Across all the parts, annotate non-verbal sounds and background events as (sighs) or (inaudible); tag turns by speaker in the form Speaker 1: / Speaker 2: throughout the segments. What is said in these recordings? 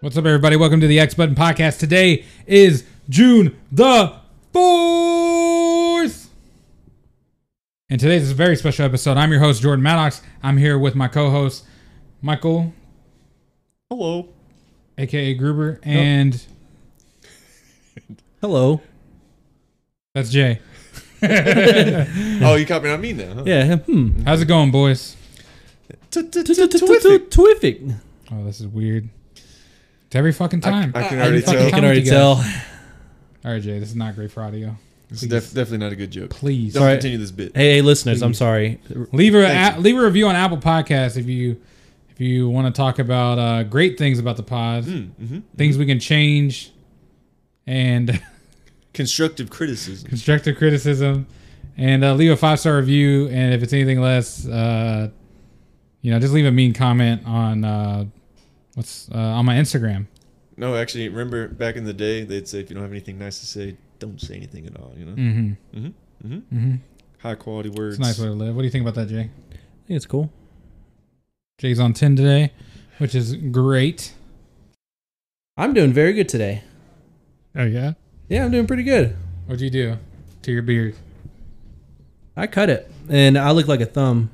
Speaker 1: What's up, everybody? Welcome to the X Button Podcast. Today is June the 4th. And today's is a very special episode. I'm your host, Jordan Maddox. I'm here with my co host, Michael,
Speaker 2: Hello.
Speaker 1: aka Gruber, and
Speaker 3: Hello.
Speaker 1: that's Jay.
Speaker 2: (laughs) Oh, you caught me on me now. Huh?
Speaker 3: Yeah. Hmm.
Speaker 1: How's it going, boys?
Speaker 2: Terrific.
Speaker 3: Terrific.
Speaker 1: Oh, this is weird. It's every fucking time.
Speaker 2: I can
Speaker 1: Every
Speaker 2: already
Speaker 1: fucking
Speaker 2: tell. I
Speaker 3: I
Speaker 1: time
Speaker 3: can already
Speaker 1: with you guys.
Speaker 3: tell.
Speaker 1: All right, Jay, this is not great for audio.
Speaker 2: This is def- definitely not a good joke.
Speaker 1: Please.
Speaker 2: Don't
Speaker 3: Sorry.
Speaker 2: continue this bit.
Speaker 3: Hey, hey, listeners. I'm sorry.
Speaker 1: leave a,
Speaker 2: Thank
Speaker 1: a leave a review on Apple Podcasts if you if you want to talk about uh, great things about the pod,
Speaker 2: Hmm, mm-hmm.
Speaker 1: things we can change, and (laughs)
Speaker 2: Constructive criticism.
Speaker 1: constructive criticism, and uh, leave a five star review. And if it's anything less, uh, you know, just leave a mean comment on uh, what's uh, on my Instagram.
Speaker 2: No, actually, remember back in the day, they'd say if you don't have anything nice to say, don't say anything at all. You know, Mm-hmm.
Speaker 1: Mm-hmm.
Speaker 2: high quality words.
Speaker 1: It's a nice way to live. What do you think about that, Jay?
Speaker 3: I think it's cool.
Speaker 1: Jay's on ten today, which is great.
Speaker 3: I'm doing very good today.
Speaker 1: Oh yeah.
Speaker 3: Yeah, I'm doing pretty good.
Speaker 1: What'd you do to your beard?
Speaker 3: I cut it, and I look like a thumb.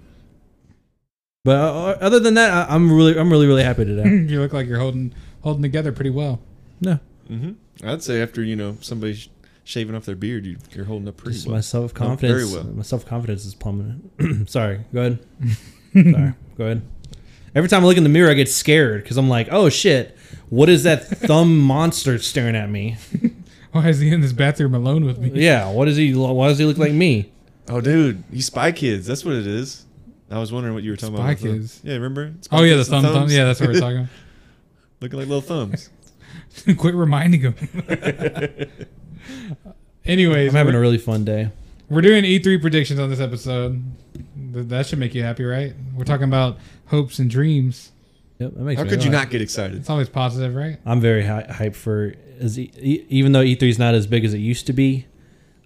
Speaker 3: But uh, other than that, I, I'm really, I'm really, really happy today.
Speaker 1: you look like you're holding holding together pretty well.
Speaker 3: no,
Speaker 2: hmm I'd say after you know somebody sh- shaving off their beard, you, you're holding up pretty
Speaker 3: just
Speaker 2: well.
Speaker 3: my self confidence.
Speaker 2: very well.
Speaker 3: My self confidence is plummeting. sorry. Go ahead. sorry. Go ahead. Every time I look in the mirror, I get scared because I'm like, oh shit, what is that thumb monster staring at me?
Speaker 1: Why is he in this bathroom alone with me?
Speaker 3: Yeah. What is he? Why does he look like me?
Speaker 2: Oh, dude, you Spy Kids. That's what it is. I was wondering what you were talking
Speaker 1: Spy
Speaker 2: about. with the-
Speaker 1: Kids.
Speaker 2: Yeah, remember? Spy
Speaker 1: Oh yeah, the
Speaker 2: Kids
Speaker 1: thumb,
Speaker 2: and
Speaker 1: thumb.
Speaker 2: thumbs?
Speaker 1: Yeah, that's what we're
Speaker 2: (laughs)
Speaker 1: talking.
Speaker 2: Looking like little thumbs.
Speaker 1: about. Quit reminding him. Anyways,
Speaker 3: I'm having a
Speaker 1: we're,
Speaker 3: really fun day.
Speaker 1: we're doing E3 predictions on this episode. Th- That should make you happy, right? We're talking about hopes and dreams.
Speaker 3: Yep, that makes
Speaker 2: How
Speaker 3: me
Speaker 2: could you
Speaker 3: laugh.
Speaker 2: not get excited?
Speaker 1: It's always positive, right?
Speaker 3: I'm very hy- hyped for as e- e- even though E3 is not as big as it used to be.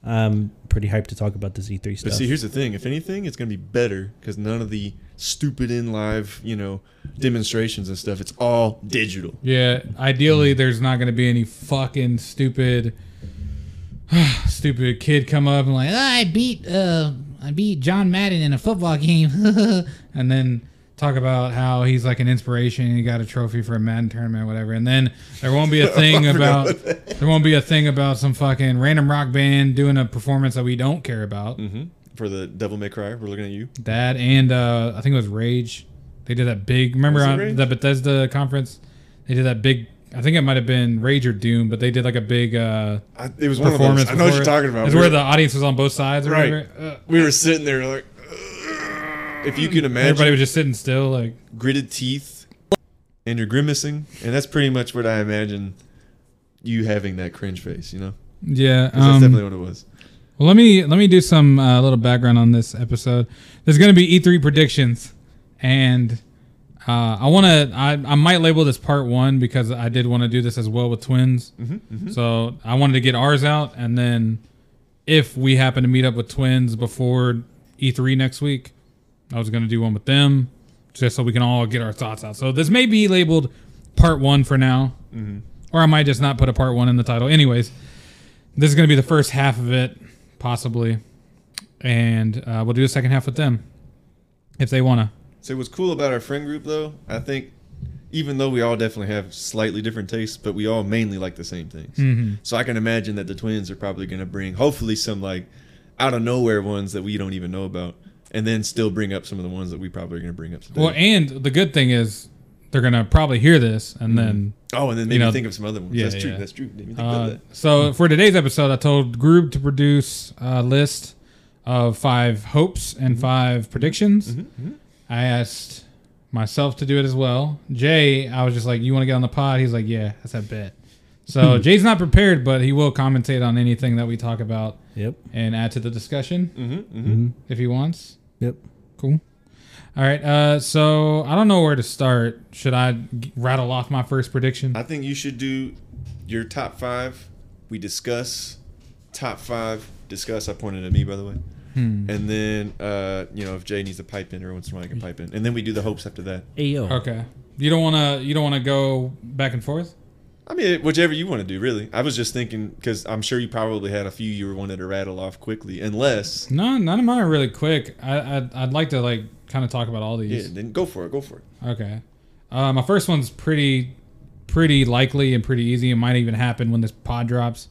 Speaker 3: I'm pretty hyped to talk about this E3
Speaker 2: But
Speaker 3: stuff.
Speaker 2: see, here's the thing. If anything, it's going to be better because none of the stupid in live, you know, demonstrations and stuff. It's all digital.
Speaker 1: Yeah. Ideally, there's not going to be any fucking stupid, (sighs) stupid kid come up and like, "Ah, I beat, uh, I beat John Madden in a football (laughs) game, and then talk about how he's like an inspiration and he got a trophy for a Madden tournament, or whatever. And then there won't be a thing about, there won't be a thing about some fucking random rock band doing a performance that we don't care about.
Speaker 2: Mm-hmm. For the Devil May Cry, we're looking at you.
Speaker 1: That and uh, I think it was Rage. They did that big. Remember
Speaker 2: Was it
Speaker 1: on
Speaker 2: Rage?
Speaker 1: the Bethesda conference, they did that big. I think it might have been Rage or Doom, but they did like a big uh,
Speaker 2: I, it was one of those.
Speaker 1: performance.
Speaker 2: I know what
Speaker 1: before
Speaker 2: you're
Speaker 1: it.
Speaker 2: talking about.
Speaker 1: It's
Speaker 2: We
Speaker 1: where
Speaker 2: were,
Speaker 1: the audience was on both sides, or
Speaker 2: Right.
Speaker 1: whatever. Uh,
Speaker 2: we were sitting there like, if you can imagine
Speaker 1: everybody was just sitting still, like
Speaker 2: gritted teeth and you're grimacing, and that's pretty much what I imagine you having that cringe face. You know,
Speaker 1: yeah.
Speaker 2: 'Cause that's
Speaker 1: um,
Speaker 2: definitely what it was.
Speaker 1: Well, let me let me do some uh, little background on this episode. There's going to be E3 predictions, and uh, I want to I, I might label this part one because I did want to do this as well with twins. So I wanted to get ours out, and then if we happen to meet up with twins before E3 next week, I was going to do one with them just so we can all get our thoughts out. So this may be labeled part one for now, or I might just not put a part one in the title. Anyways, this is going to be the first half of it, possibly, and uh, we'll do the second half with them if they want to.
Speaker 2: So what's cool about our friend group, though, I think, even though we all definitely have slightly different tastes, but we all mainly like the same things.
Speaker 1: Mm-hmm.
Speaker 2: So I can imagine that the twins are probably going to bring, hopefully, some like out of nowhere ones that we don't even know about, and then still bring up some of the ones that we probably are going to bring up today.
Speaker 1: Well, and the good thing is they're going to probably hear this, and then
Speaker 2: oh, and then maybe
Speaker 1: know,
Speaker 2: think of some other ones.
Speaker 1: yeah,
Speaker 2: that's true.
Speaker 1: yeah.
Speaker 2: That's true. Didn't even think about
Speaker 1: Uh,
Speaker 2: that.
Speaker 1: so for today's episode, I told Groob to produce a list of five hopes and five predictions. I asked myself to do it as well. Jay, I was just like, "You want to get on the pod?" He's like, "Yeah, that's a bet." So Jay's not prepared, but he will commentate on anything that we talk about
Speaker 3: Yep.
Speaker 1: and add to the discussion
Speaker 2: Mm-hmm,
Speaker 1: if he wants.
Speaker 3: Yep.
Speaker 1: Cool. All right. Uh, so I don't know where to start. Should I g- rattle off my first prediction?
Speaker 2: I think you should do your top five. We discuss top five. Discuss. I pointed at me, by the way.
Speaker 1: Hmm.
Speaker 2: And then, uh, you know, if Jay needs to pipe in, or once in a while I can pipe in. And then we do the hopes after that.
Speaker 3: Ayo.
Speaker 1: Okay. You don't want to. You don't want to go back and forth.
Speaker 2: I mean, whichever you want to do, really. I was just thinking because I'm sure you probably had a few you were wanted to rattle off quickly, unless
Speaker 1: No, none of mine are really quick. I, I'd, I'd like to like kind of talk about all
Speaker 2: yeah,
Speaker 1: these.
Speaker 2: then go for it, go for it.
Speaker 1: Okay. Uh, my first one's pretty, pretty likely and pretty easy. It might even happen when this pod drops.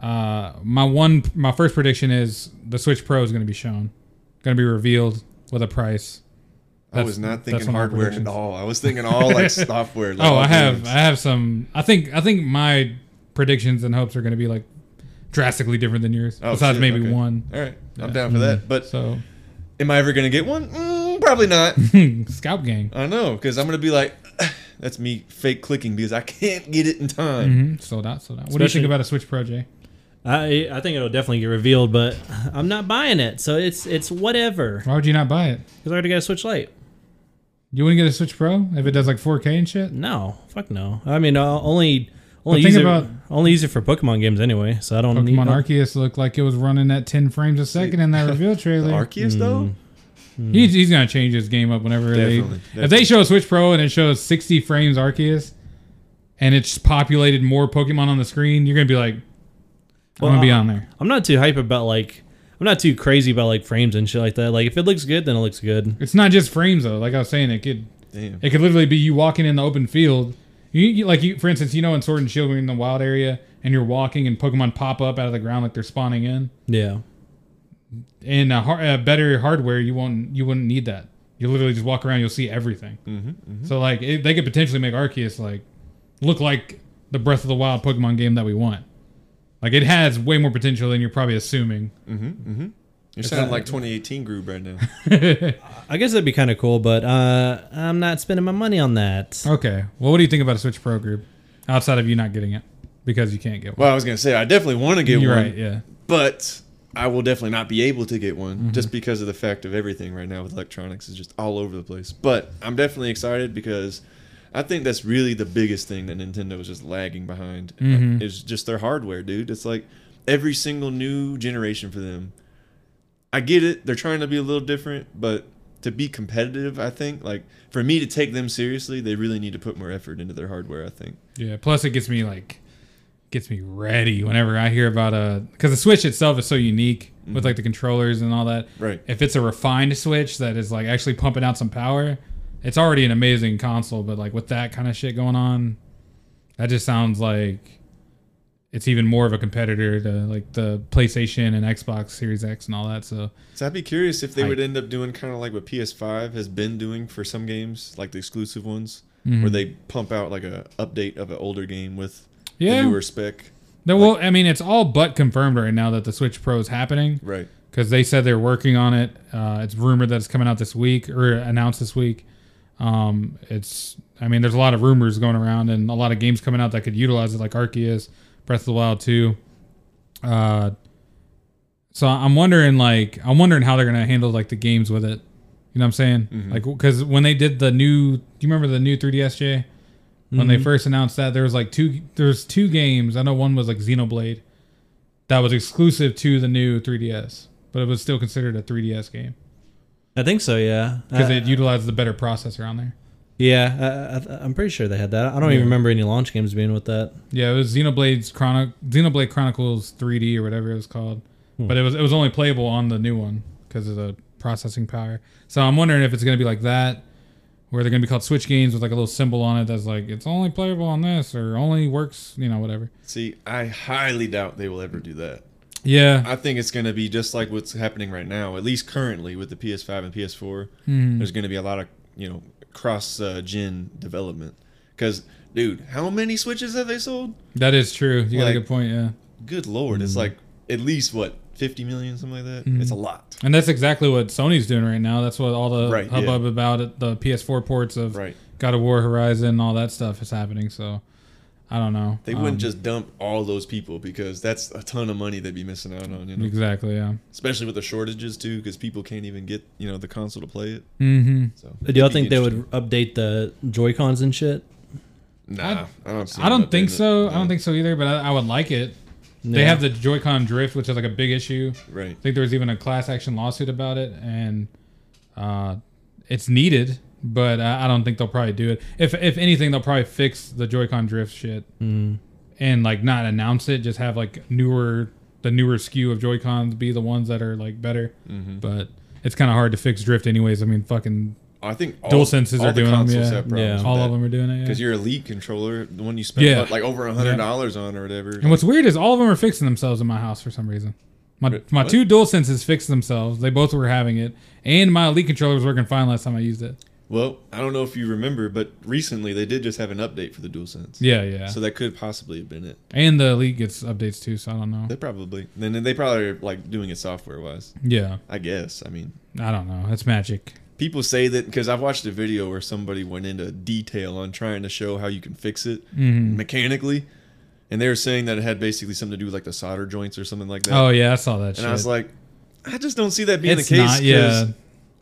Speaker 1: Uh, my one, my first prediction is the Switch Pro is going to be shown, going to be revealed with a price.
Speaker 2: I
Speaker 1: That's-
Speaker 2: was not
Speaker 1: that's
Speaker 2: thinking
Speaker 1: one of my
Speaker 2: hardware at
Speaker 1: predictions.
Speaker 2: all. I was thinking
Speaker 1: (laughs)
Speaker 2: all like software. Like,
Speaker 1: Oh,
Speaker 2: all
Speaker 1: I have,
Speaker 2: games.
Speaker 1: I have some. I think, I think my predictions and hopes are going to be like drastically different than yours.
Speaker 2: Oh,
Speaker 1: besides
Speaker 2: shit,
Speaker 1: maybe
Speaker 2: okay.
Speaker 1: one. Hmm.
Speaker 2: All right, I'm down for that. But
Speaker 1: So,
Speaker 2: am I ever gonna get one? Mm, probably not.
Speaker 1: hmm, Scout Gang.
Speaker 2: I know because I'm gonna be like, (sighs) that's me fake clicking because I can't get it in time.
Speaker 1: Mm-hmm. Sold out, sold out. What do you
Speaker 4: Especially-
Speaker 1: think about a Switch Pro, Jay?
Speaker 4: I I think it'll definitely get revealed, but I'm not buying it. So it's it's whatever.
Speaker 1: Why would you not buy it?
Speaker 4: Because I already got a Switch Lite.
Speaker 1: You wouldn't get a Switch Pro if it does like 4K and shit.
Speaker 4: No, fuck no. I mean, I'll only only
Speaker 1: The thing
Speaker 4: use it
Speaker 1: about-
Speaker 4: only use it for Pokemon games anyway. So I don't need.
Speaker 1: Pokemon Arceus looked like it was running at 10 frames a second in
Speaker 2: (laughs)
Speaker 1: that reveal
Speaker 2: The
Speaker 1: trailer.
Speaker 2: Arceus though,
Speaker 1: Mm-hmm. He's, he's gonna change his game up whenever they
Speaker 2: Definitely,
Speaker 1: if they show a Switch Pro and it shows 60 frames Arceus, and it's populated more Pokemon on the screen. You're gonna be like, I'm
Speaker 4: Well,
Speaker 1: gonna be
Speaker 4: I-
Speaker 1: on there.
Speaker 4: I'm not too hype about like. I'm not too crazy about like frames and shit like that. Like if it looks good, then it looks good.
Speaker 1: It's not just frames though. Like I was saying, it could
Speaker 2: damn.
Speaker 1: it could literally be you walking in the open field. You, you like you for instance, you know in Sword and Shield when you're in the wild area and you're walking and Pokemon pop up out of the ground like they're spawning in.
Speaker 4: Yeah.
Speaker 1: in a, har- a better hardware, you won't you wouldn't need that. You literally just walk around, you'll see everything. So like it, they could potentially make Arceus like look like the Breath of the Wild Pokemon game that we want. Like it has way more potential than you're probably assuming. (laughs)
Speaker 2: You're sounding like 2018 Groob right now.
Speaker 4: I guess that'd be kind of cool, but uh, I'm not spending my money on that.
Speaker 1: Okay, well, what do you think about a Switch Pro group outside of you not getting it because you can't get one?
Speaker 2: Well, I was gonna say I definitely want to get
Speaker 1: You're
Speaker 2: one,
Speaker 1: right. Yeah.
Speaker 2: but I will definitely not be able to get one just because of the fact of everything right now with electronics is just all over the place. But I'm definitely excited because I think that's really the biggest thing that Nintendo is just lagging behind uh, is just their hardware, dude. It's like every single new generation for them. I get it; they're trying to be a little different, but to be competitive, I think like for me to take them seriously, they really need to put more effort into their hardware. I think.
Speaker 1: Yeah. Plus, it gets me like gets me ready whenever I hear about a because the Switch itself is so unique
Speaker 2: Mm-hmm.
Speaker 1: with like the controllers and all that.
Speaker 2: Right.
Speaker 1: If it's a refined Switch that is like actually pumping out some power, it's already an amazing console. But like with that kind of shit going on, that just sounds like it's even more of a competitor to like the PlayStation and Xbox Series X and all that. So
Speaker 2: So I'd be curious if they
Speaker 1: I-
Speaker 2: would end up doing kind of like what PS5 has been doing for some games, like the exclusive ones,
Speaker 1: Mm-hmm. Mm.
Speaker 2: where they pump out like a update of an older game with
Speaker 1: Yeah.
Speaker 2: the newer spec.
Speaker 1: no, well, I mean, it's all but confirmed right now that the Switch Pro is happening.
Speaker 2: Right.
Speaker 1: because they said they're working on it. Uh, it's rumored that it's coming out this week or announced this week. Um, it's, I mean, there's a lot of rumors going around and a lot of games coming out that could utilize it, like Arceus, Breath of the Wild 2. Uh, so I'm wondering, like, I'm wondering how they're gonna handle like the games with it. You know what I'm saying? Like, because when they did the new, do you remember the new 3DS, Jay? When they first announced that, there was like two, there's two games. I know one was like Xenoblade, that was exclusive to the new 3DS, but it was still considered a 3DS game
Speaker 4: I think so. Yeah.
Speaker 1: because
Speaker 4: Uh,
Speaker 2: Ah.
Speaker 1: it utilized the better processor on there.
Speaker 4: yeah. I, I, I'm pretty sure they had that. I don't
Speaker 1: Yeah.
Speaker 4: even remember any launch games being with that.
Speaker 1: Yeah, it was Xenoblade's Chrono Xenoblade Chronicles 3D or whatever it was called,
Speaker 2: Hmm.
Speaker 1: but it was it was only playable on the new one because of the processing power. So I'm wondering if it's gonna be like that, where they're gonna be called Switch games with like a little symbol on it that's like it's only playable on this or only works, you know, whatever.
Speaker 2: See, I highly doubt they will ever do that.
Speaker 1: Yeah,
Speaker 2: I think it's going to be just like what's happening right now, at least currently with the PS5 and PS4. There's going to be a lot of you know cross uh, gen development. Because dude, how many Switches have they sold?
Speaker 1: that is true. You got a
Speaker 2: Like-
Speaker 1: good point. Yeah.
Speaker 2: Good lord, it's like at least what 50 million, something like that. It's a lot.
Speaker 1: And that's exactly what Sony's doing right now. That's what all the
Speaker 2: Right, yeah.
Speaker 1: hubbub about it, the PS4 ports of
Speaker 2: Right.
Speaker 1: God of War Horizon, all that stuff is happening. So I don't know. Um,
Speaker 2: They wouldn't just dump all those people because that's a ton of money they'd be missing out on, you know.
Speaker 1: exactly. Yeah.
Speaker 2: Especially with the shortages too, because people can't even get you know the console to play it.
Speaker 1: Mm-hmm.
Speaker 2: So
Speaker 4: Do y'all think they would update the Joy Cons and shit?
Speaker 2: Nah, I, don't. see
Speaker 1: I
Speaker 2: them
Speaker 1: don't think
Speaker 2: updating it.
Speaker 1: so. I
Speaker 2: No.
Speaker 1: don't think so either. But I, I would like it. They
Speaker 4: Yeah.
Speaker 1: have the Joy-Con drift, which is like a big issue.
Speaker 2: Right.
Speaker 1: I think there was even a class action lawsuit about it, and uh, it's needed. but I, I don't think they'll probably do it. If if anything, they'll probably fix the Joy-Con drift shit and like not announce it. Just have like newer the newer skew of Joy Cons be the ones that are like better.
Speaker 2: Mm-hmm.
Speaker 1: But it's kind of hard to fix drift, anyways. I mean, fucking
Speaker 2: I think all,
Speaker 1: dual senses
Speaker 2: all
Speaker 1: are
Speaker 2: the
Speaker 1: doing them.
Speaker 2: consoles
Speaker 1: Yeah,
Speaker 2: have problems
Speaker 1: all of them are doing it.
Speaker 2: Because
Speaker 1: Yeah.
Speaker 2: your elite controller, the one you spent
Speaker 1: Yeah.
Speaker 2: what, like over a hundred dollars on or whatever.
Speaker 1: And what's weird is all of them are fixing themselves in my house for some reason. My,
Speaker 2: Wait,
Speaker 1: my
Speaker 2: what?
Speaker 1: two dual senses fixed themselves. They both were having it, and my elite controller was working fine last time I used it.
Speaker 2: well, I don't know if you remember, but recently they did just have an update for the DualSense.
Speaker 1: Yeah, yeah.
Speaker 2: So that could possibly have been it.
Speaker 1: and the elite gets updates too, so I don't know.
Speaker 2: They probably then they probably are like doing it software wise.
Speaker 1: Yeah,
Speaker 2: I guess. I mean,
Speaker 1: I don't know. That's magic.
Speaker 2: people say that because I've watched a video where somebody went into detail on trying to show how you can fix it
Speaker 1: Mm-hmm.
Speaker 2: mechanically, and they were saying that it had basically something to do with like the solder joints or something like that.
Speaker 1: Oh yeah, I saw that.
Speaker 2: and
Speaker 1: shit.
Speaker 2: I was like, I just don't see that being
Speaker 1: It's
Speaker 2: the case.
Speaker 1: not- yeah.
Speaker 2: 'cause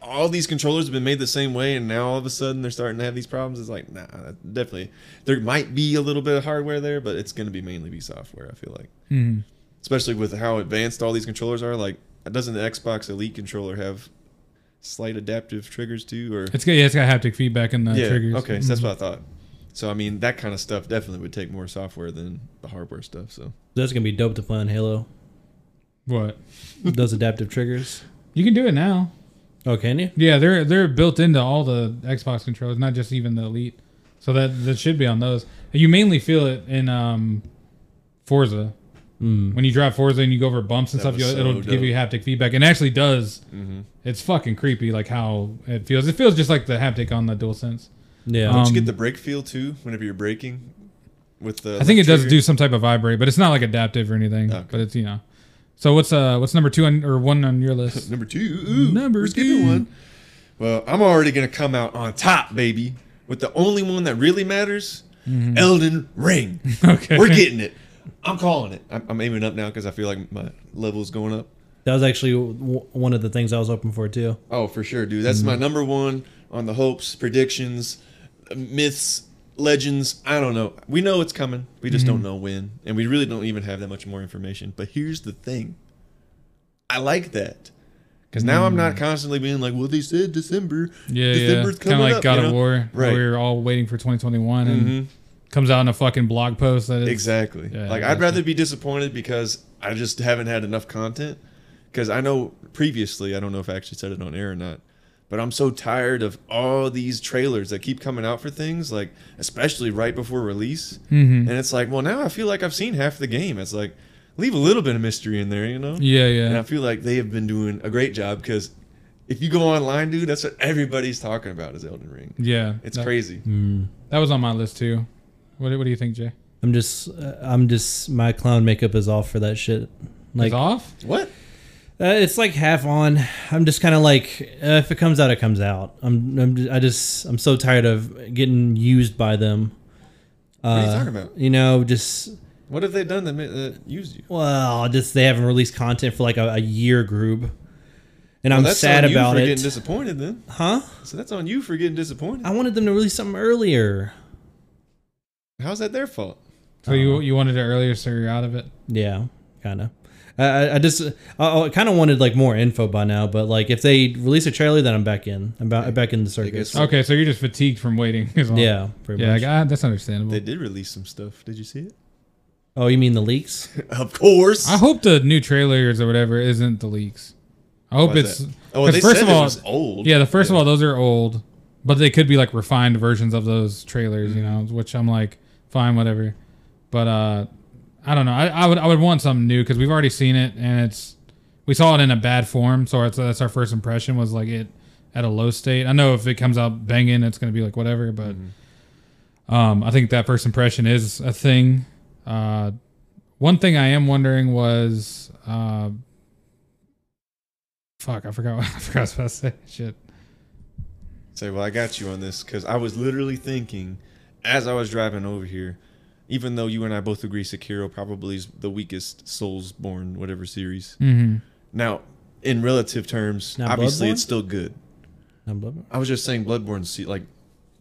Speaker 2: All these controllers have been made the same way, and now all of a sudden they're starting to have these problems. It's like, nah, that- definitely. There might be a little bit of hardware there, but it's going to be mainly be software. I feel like,
Speaker 1: Mhm.
Speaker 2: especially with how advanced all these controllers are. Like, doesn't the Xbox Elite controller have slight adaptive triggers too, or
Speaker 1: it's got yeah, it's got haptic feedback in the
Speaker 2: yeah,
Speaker 1: triggers. Mm. Mm-hmm.
Speaker 2: Okay, so that's what I thought. So I mean, that kind of stuff definitely would take more software than the hardware stuff. So
Speaker 4: That's gonna be dope to play on
Speaker 1: (laughs)
Speaker 4: Halo.
Speaker 1: What
Speaker 4: Those adaptive triggers.
Speaker 1: you can do it now.
Speaker 4: Oh, can you?
Speaker 1: Yeah, they're they're built into all the Xbox controllers, not just even the Elite. So that that should be on those. You mainly feel it in um, Forza. When you drive Forza and you go over bumps and
Speaker 2: That
Speaker 1: stuff,
Speaker 2: was
Speaker 1: you'll,
Speaker 2: so
Speaker 1: it'll give
Speaker 2: dope. Mm-hmm.
Speaker 1: you haptic feedback, and it actually does. It's fucking creepy, like how it feels. It feels just like the haptic on the DualSense.
Speaker 4: Yeah.
Speaker 1: Um,
Speaker 2: did you get the brake feel too whenever you're braking? With the
Speaker 1: I think it
Speaker 2: left
Speaker 1: does
Speaker 2: trigger?
Speaker 1: do some type of vibrate, but it's not like adaptive or anything.
Speaker 2: Okay.
Speaker 1: But it's you know. So what's uh what's number two on, or one on your list?
Speaker 2: Number two. Ooh,
Speaker 1: Number
Speaker 2: we're skipping
Speaker 1: two.
Speaker 2: one. Well, I'm already gonna come out on top, baby, with the only one that really matters, Elden Ring.
Speaker 1: Mm-hmm. (laughs) Okay.
Speaker 2: We're getting it. I'm calling it. I'm, I'm aiming up now because I feel like my level's going up.
Speaker 4: That was actually w- one of the things I was hoping for too.
Speaker 2: Oh, for sure, dude. That's
Speaker 1: Mm-hmm.
Speaker 2: my number one on the hopes, predictions, myths, legends. I don't know. We know it's coming. We just
Speaker 1: Mm-hmm.
Speaker 2: don't know when, and we really don't even have that much more information. But here's the thing. I like that. Because now I'm not constantly being like, well, they said December.
Speaker 1: Mm. Yeah, yeah.
Speaker 2: December's
Speaker 1: Kind of like
Speaker 2: up,"
Speaker 1: God
Speaker 2: you
Speaker 1: of
Speaker 2: know?
Speaker 1: War. where
Speaker 2: Right. Mm-hmm.
Speaker 1: We were all waiting for 2021 and comes out in a fucking blog post that it's,
Speaker 2: Exactly.
Speaker 1: Yeah,
Speaker 2: like,
Speaker 1: gotcha.
Speaker 2: I'd rather be disappointed because I just haven't had enough content. Because I know previously, I don't know if I actually said it on air or not, but I'm so tired of all these trailers that keep coming out for things, like, especially right before release.
Speaker 1: Mm-hmm.
Speaker 2: And it's like, well, now I feel like I've seen half the game. It's like, leave a little bit of mystery in there, you know?
Speaker 1: Yeah, yeah.
Speaker 2: And I feel like they have been doing a great job because if you go online, dude, that's what everybody's talking about is Elden Ring.
Speaker 1: yeah. Mm.
Speaker 2: It's
Speaker 1: that,
Speaker 2: crazy.
Speaker 1: That was on my list too. What, do- what do you think, Jay?
Speaker 4: I'm just, uh, I'm just, my clown makeup is off for that shit. Like,
Speaker 1: it's off?
Speaker 2: What?
Speaker 4: Uh, it's like half on. I'm just kind of like, uh, if it comes out, it comes out. I'm, I'm, j- I just, I'm so tired of getting used by them. Uh,
Speaker 2: are you talking about?
Speaker 4: You know, just
Speaker 2: What have they done that, ma- that used you?
Speaker 4: well, just they haven't released content for like a, a year group, and I'm
Speaker 2: Well, that's
Speaker 4: sad
Speaker 2: on you
Speaker 4: about
Speaker 2: for
Speaker 4: it.
Speaker 2: Getting disappointed then.
Speaker 4: huh?
Speaker 2: So that's on you for getting disappointed.
Speaker 4: I wanted them to release something earlier.
Speaker 2: How's that their fault?
Speaker 1: So you you wanted it earlier, so you're out of it.
Speaker 4: Yeah, kind of. I, I- I just I, I kind of wanted like more info by now, but like if they release a trailer, then I'm back in. I'm ba- back in the circus.
Speaker 2: guess-
Speaker 1: Okay, so you're just fatigued from waiting. (laughs) is all.
Speaker 4: Yeah, pretty
Speaker 1: Yeah,
Speaker 4: much.
Speaker 1: like, ah, that's understandable.
Speaker 2: They did release some stuff. Did you see it?
Speaker 4: oh, you mean the
Speaker 1: (laughs)
Speaker 4: leaks?
Speaker 2: (laughs) Of course.
Speaker 1: I hope the new trailers or whatever isn't the leaks. I hope
Speaker 2: Why is
Speaker 1: it's.
Speaker 2: that? Oh, well,
Speaker 1: 'cause
Speaker 2: they
Speaker 1: first of
Speaker 2: said it
Speaker 1: all,
Speaker 2: was old.
Speaker 1: Yeah, the first of all, those are old, but they could be like refined versions of those trailers, you know, which I'm like, fine, whatever. But uh I don't know. I, I would I would want something new because we've already seen it and it's we saw it in a bad form, so it's, that's our first impression was like it at a low state. I know if it comes out banging, it's gonna be like whatever, but um I think that first impression is a thing. Uh one thing I am wondering was uh fuck, I forgot what (laughs) I forgot what I was about to say. Shit.
Speaker 2: Say, well, I got you on this because I was literally thinking as I was driving over here, even though you and I both agree Sekiro probably is the weakest Soulsborne whatever series.
Speaker 1: Mm-hmm.
Speaker 2: Now, in relative terms,
Speaker 4: Not
Speaker 2: obviously
Speaker 4: Bloodborne?
Speaker 2: it's still good.
Speaker 4: I'm blubbering.
Speaker 2: I was just saying Bloodborne, se- like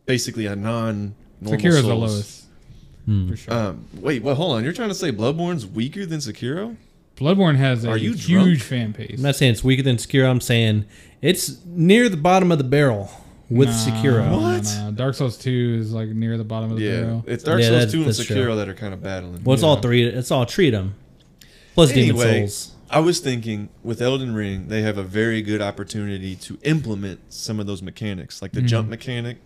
Speaker 2: basically a non.
Speaker 1: Sekiro is the lowest. For sure.
Speaker 2: Um, wait, well, hold on. You're trying to say Bloodborne's weaker than Sekiro?
Speaker 1: Bloodborne has a
Speaker 2: are you
Speaker 1: huge
Speaker 2: drunk?
Speaker 1: fan base.
Speaker 4: I'm not saying it's weaker than Sekiro. I'm saying it's near the bottom of the barrel
Speaker 3: with
Speaker 1: Nah,
Speaker 3: Sekiro.
Speaker 1: nah,
Speaker 2: What?
Speaker 1: nah. Dark Souls Two is like near the bottom of the
Speaker 2: Yeah,
Speaker 1: barrel.
Speaker 2: it's Dark
Speaker 4: Yeah,
Speaker 2: Souls
Speaker 4: that's-
Speaker 2: two and
Speaker 4: that's true.
Speaker 2: Sekiro that are kind of battling.
Speaker 4: Well, it's
Speaker 1: Yeah.
Speaker 4: all three. It's all treat them. Plus
Speaker 2: Anyway.
Speaker 4: Demon Souls.
Speaker 2: I was thinking with Elden Ring, they have a very good opportunity to implement some of those mechanics, like the jump
Speaker 1: Mm-hmm.
Speaker 2: mechanic,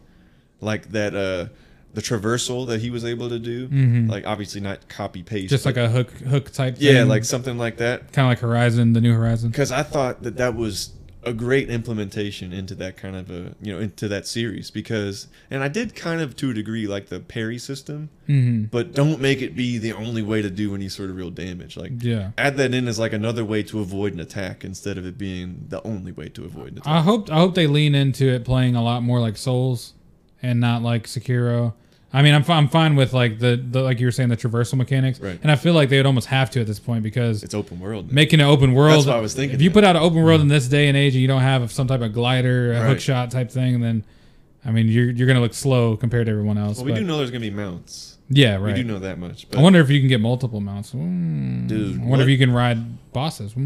Speaker 2: like that uh the traversal that he was able to do. Like obviously not copy paste,
Speaker 1: Mm-hmm. Just like
Speaker 2: but-
Speaker 1: a hook hook type.
Speaker 2: yeah,
Speaker 1: thing.
Speaker 2: like something like that.
Speaker 1: kind of like Horizon, the new Horizon.
Speaker 2: Because I thought that that was a great implementation into that kind of a you know into that series because and I did kind of to a degree like the parry system,
Speaker 1: Mm-hmm.
Speaker 2: but don't make it be the only way to do any sort of real damage. Like
Speaker 1: Yeah.
Speaker 2: add that in as like another way to avoid an attack instead of it being the only way to avoid an attack.
Speaker 1: I hope I hope they lean into it playing a lot more like Souls and not like Sekiro. I mean, I'm fi- I'm fine with like the, the like you were saying the traversal mechanics,
Speaker 2: Right.
Speaker 1: and I feel like they would almost have to at this point because
Speaker 2: It's open world. now.
Speaker 1: making an open world.
Speaker 2: That's what I was thinking
Speaker 1: If you
Speaker 2: that.
Speaker 1: put out an open world in this day and age, and you don't have some type of glider, a
Speaker 2: Right.
Speaker 1: hook shot type thing, then I mean, you're you're gonna look slow compared to everyone else.
Speaker 2: well, we
Speaker 1: but-
Speaker 2: do know there's gonna be mounts.
Speaker 1: yeah, right.
Speaker 2: We do know that much. But
Speaker 1: I wonder if you can get multiple mounts. Mm.
Speaker 2: Dude,
Speaker 1: I wonder if
Speaker 2: what-
Speaker 1: you can ride bosses. Mm. I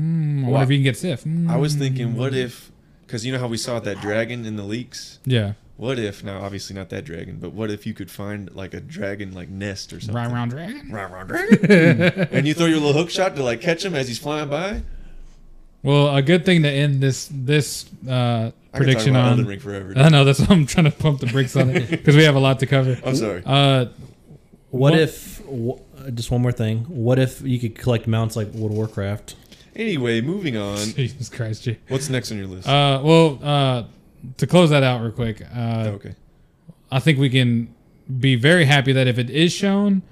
Speaker 1: wonder
Speaker 2: Well,
Speaker 1: if you can get Sif. Mm.
Speaker 2: I was thinking, what if? Because you know how we saw that dragon in the leaks.
Speaker 1: yeah,
Speaker 2: What if now? Obviously not that dragon, but what if you could find like a dragon like nest or something?
Speaker 1: right round dragon.
Speaker 2: Rah, rah, dragon. and you throw your little hook shot to like catch him as he's flying by.
Speaker 1: Well, a good thing to end this this uh,
Speaker 2: I could talk
Speaker 1: prediction
Speaker 2: about
Speaker 1: on.
Speaker 2: Elden Ring forever.
Speaker 1: I know that's why I'm trying to pump the brakes on it
Speaker 2: (laughs)
Speaker 1: because we have a lot to cover.
Speaker 2: I'm sorry.
Speaker 1: Uh, (laughs)
Speaker 4: What,
Speaker 1: What-
Speaker 4: if? wh- uh, just one more thing. What if you could collect mounts like World of Warcraft?
Speaker 2: Anyway, moving on.
Speaker 1: Jesus Christ, Jay.
Speaker 2: What's next on your list?
Speaker 1: Uh, well, uh, to close that out real quick, uh,
Speaker 2: okay.
Speaker 1: I think we can be very happy that if it is shown,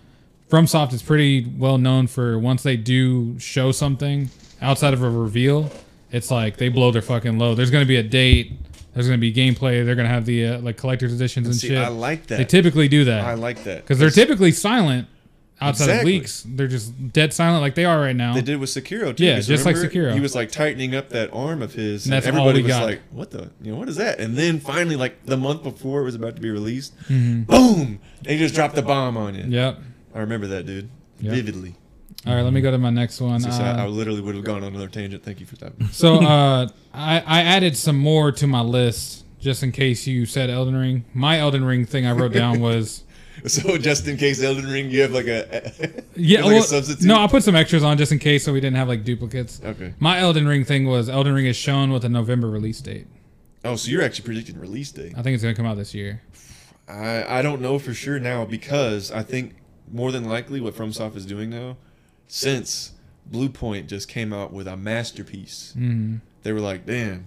Speaker 1: FromSoft is pretty well known for once they do show something outside of a reveal, it's like they blow their fucking load. There's gonna be a date. There's gonna be gameplay. They're gonna have the uh, like collector's editions and
Speaker 2: See,
Speaker 1: shit.
Speaker 2: I like
Speaker 1: they
Speaker 2: that.
Speaker 1: typically do that.
Speaker 2: I like that
Speaker 1: Because they're typically silent outside
Speaker 2: Exactly.
Speaker 1: of leaks. They're just dead silent like they are right now.
Speaker 2: They did with Sekiro too.
Speaker 1: Yeah,
Speaker 2: 'cause
Speaker 1: just like
Speaker 2: remember,
Speaker 1: Sekiro.
Speaker 2: He was like tightening up that arm of his, and,
Speaker 1: that's all
Speaker 2: everybody
Speaker 1: we
Speaker 2: was
Speaker 1: got.
Speaker 2: like, "What the? You know, what is that?" And then finally, like the month before it was about to be released,
Speaker 1: Mm-hmm.
Speaker 2: boom! They just dropped the bomb on you.
Speaker 1: Yep.
Speaker 2: I remember that, dude,
Speaker 1: Yeah.
Speaker 2: vividly.
Speaker 1: All right, let me go to my next one.
Speaker 2: So, so
Speaker 1: Uh,
Speaker 2: I, I literally would have gone on another tangent. Thank you for stopping.
Speaker 1: So uh, I, I added some more to my list just in case you said Elden Ring. My Elden Ring thing I wrote down
Speaker 2: (laughs)
Speaker 1: was
Speaker 2: so just in case Elden Ring, you have like a
Speaker 1: (laughs) yeah.
Speaker 2: (laughs) like a
Speaker 1: well,
Speaker 2: substitute?
Speaker 1: no, I put some extras on just in case so we didn't have like duplicates.
Speaker 2: okay.
Speaker 1: My Elden Ring thing was Elden Ring is shown with a November release date.
Speaker 2: Oh, so you're actually predicting release date?
Speaker 1: I think it's gonna come out this year.
Speaker 2: I I don't know for sure now because I think more than likely what FromSoft is doing now, since Blue Point just came out with a masterpiece,
Speaker 1: Mhm.
Speaker 2: they were like, damn.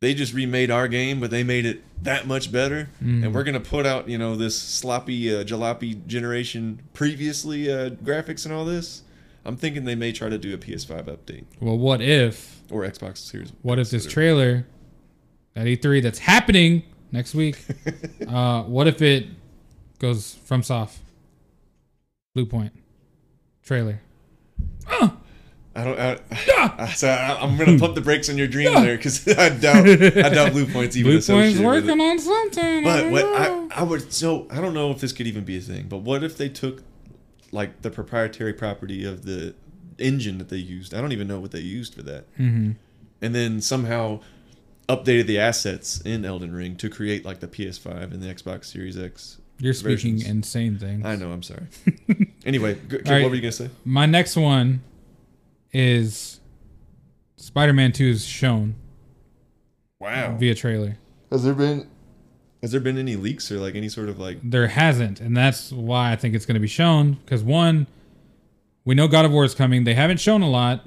Speaker 2: They just remade our game, but they made it that much better, and
Speaker 1: Mm-hmm.
Speaker 2: we're gonna put out you know this sloppy uh, jalopy generation previously uh, graphics and all this. I'm thinking they may try to do a PS5 update
Speaker 1: Well, what if
Speaker 2: or Xbox Series.
Speaker 1: what if this
Speaker 2: Whatever.
Speaker 1: trailer at E3 that's happening next
Speaker 2: (laughs)
Speaker 1: week? uh, what if it goes from soft blue point trailer?
Speaker 2: I don't. I, (laughs) I, so I, I'm gonna pump the brakes on your dream there because (laughs) I doubt. I doubt Blue Point's even
Speaker 1: Blue point's
Speaker 2: associated with
Speaker 1: working
Speaker 2: it.
Speaker 1: on something. I
Speaker 2: But
Speaker 1: don't
Speaker 2: what
Speaker 1: know.
Speaker 2: I, I would so I don't know if this could even be a thing. But what if they took like the proprietary property of the engine that they used? I don't even know what they used for that. Mm-hmm. And then somehow updated the assets in Elden Ring to create like the PS5 and the Xbox Series X.
Speaker 1: You're speaking
Speaker 2: versions.
Speaker 1: insane things.
Speaker 2: I know.
Speaker 1: (laughs)
Speaker 2: I'm sorry. anyway, go,
Speaker 1: All right.
Speaker 2: what were you gonna say?
Speaker 1: My next one is Spider-Man 2 is shown
Speaker 2: Wow.
Speaker 1: via trailer.
Speaker 2: Has there been? Has there been any leaks or like any sort of like?
Speaker 1: There hasn't, and that's why I think it's going to be shown. Because one, we know God of War is coming. They haven't shown a lot.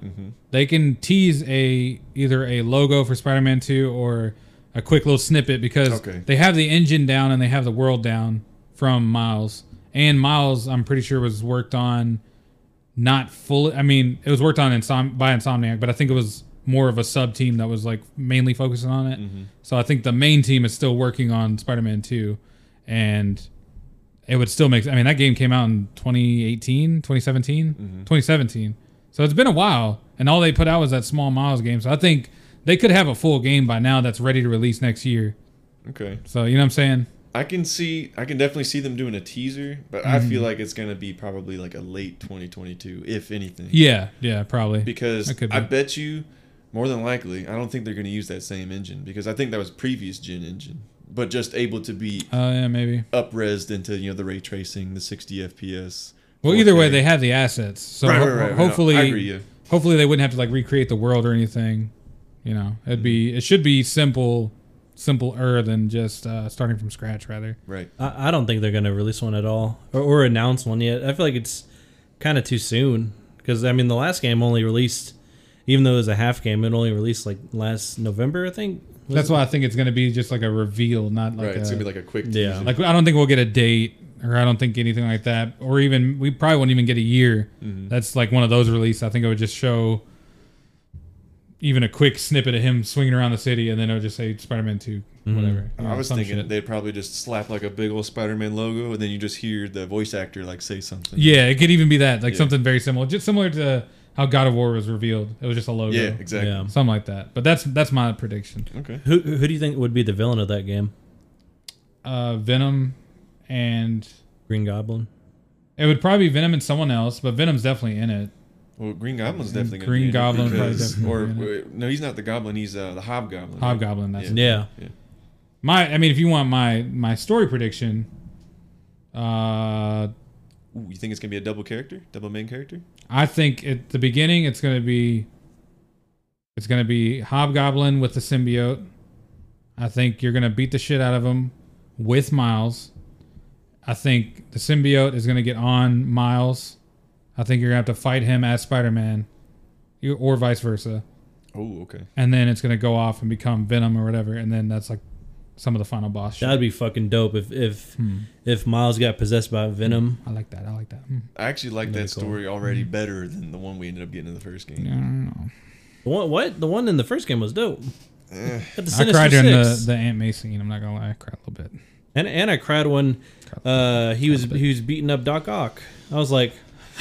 Speaker 1: They can tease a either a logo for Spider-Man 2 or a quick little snippet because
Speaker 2: Okay.
Speaker 1: they have the engine down and they have the world down from Miles. And Miles, I'm pretty sure, was worked on not fully. I mean, it was worked on insom- by Insomniac, but I think it was more of a sub team that was like mainly focusing on it. So I think the main team is still working on Spider-Man 2, and it would still make. I mean, that game came out in 2018, 2017,
Speaker 2: Mm-hmm.
Speaker 1: 2017. So it's been a while, and all they put out was that small Miles game. So I think they could have a full game by now that's ready to release next year.
Speaker 2: Okay.
Speaker 1: So you know what I'm saying?
Speaker 2: I can see, I can definitely see them doing a teaser, but I
Speaker 1: Mm-hmm.
Speaker 2: feel like it's gonna be probably like a late 2022, if anything,
Speaker 1: Yeah, yeah, probably.
Speaker 2: because
Speaker 1: That could
Speaker 2: I
Speaker 1: be.
Speaker 2: bet you More than likely, I don't think they're going to use that same engine because I think that was previous gen engine, but just able to be
Speaker 1: Oh yeah, maybe.
Speaker 2: upresed into you know the ray tracing, the 60 FPS.
Speaker 1: Well, either way,
Speaker 2: 4K.
Speaker 1: they have the assets, so
Speaker 2: Right,
Speaker 1: ho-
Speaker 2: right, right, right. No,
Speaker 1: hopefully,
Speaker 2: I agree, yeah.
Speaker 1: hopefully they wouldn't have to like recreate the world or anything. You know, it'd be
Speaker 2: Mm-hmm.
Speaker 1: it should be simple, simpler than just uh, starting from scratch rather.
Speaker 2: right.
Speaker 4: I, I don't think they're going to release one at all or, or announce one yet. I feel like it's kind of too soon because I mean the last game only released, even though it was a half game, it only released like last November, I think. Was
Speaker 1: That's
Speaker 4: it?
Speaker 1: why I think it's gonna be just like a reveal, not like
Speaker 2: right.
Speaker 1: a,
Speaker 2: it's going to be like a quick
Speaker 4: Yeah.
Speaker 2: teaser.
Speaker 1: like I don't think we'll get a date, or I don't think anything like that, or even we probably won't even get a year.
Speaker 2: Mm-hmm.
Speaker 1: That's like one of those releases. I think it would just show even a quick snippet of him swinging around the city, and then it would just say Spider-Man Two, whatever. you
Speaker 2: I
Speaker 1: know,
Speaker 2: was
Speaker 1: some
Speaker 2: thinking
Speaker 1: shit.
Speaker 2: they'd probably just slap like a big old Spider-Man logo, and then you just hear the voice actor like say something.
Speaker 1: Yeah, it could even be that, like
Speaker 2: Yeah.
Speaker 1: something very similar, just similar to how God of War was revealed. It was just a logo,
Speaker 2: Yeah, exactly.
Speaker 4: Yeah.
Speaker 1: something like that. But that's that's my prediction.
Speaker 2: Okay.
Speaker 4: Who who do you think would be the villain of that game?
Speaker 1: Uh, Venom, and
Speaker 4: Green Goblin.
Speaker 1: it would probably be Venom and someone else, but Venom's definitely in it.
Speaker 2: Well, Green Goblin's definitely gonna
Speaker 1: Green
Speaker 2: be in it
Speaker 1: Goblin probably
Speaker 2: because-
Speaker 1: definitely
Speaker 2: or
Speaker 1: gonna be
Speaker 2: wait, no, he's not the Goblin. He's uh, the Hobgoblin. right?
Speaker 1: Hobgoblin. That's
Speaker 2: Yeah.
Speaker 4: Yeah.
Speaker 1: my. I mean, if you want my my story prediction, uh,
Speaker 2: Ooh, you think it's gonna be a double character, double main character?
Speaker 1: I think at the beginning it's gonna be it's gonna be Hobgoblin with the symbiote. I think you're gonna beat the shit out of him with Miles. I think the symbiote is gonna get on Miles. I think you're gonna have to fight him as Spider-Man, you- or vice versa,
Speaker 2: Oh, okay.
Speaker 1: and then it's gonna go off and become Venom or whatever, and then that's like some of the final boss. Shit.
Speaker 4: That'd be fucking dope if if
Speaker 1: Hmm.
Speaker 4: if Miles got possessed by Venom.
Speaker 1: I like that. I like that. Hmm.
Speaker 2: I actually like that story already
Speaker 1: Mm-hmm.
Speaker 2: better than the one we ended up getting in the first game.
Speaker 1: I don't know.
Speaker 4: The one, what? The one in the first game was dope.
Speaker 2: Eh.
Speaker 4: Got the
Speaker 1: I
Speaker 4: Sinister
Speaker 1: cried during the,
Speaker 4: Six.
Speaker 1: the Aunt May scene. I'm not gonna lie, I cried a little bit.
Speaker 4: and and I cried when uh, he was he was beating up Doc Ock. I was like,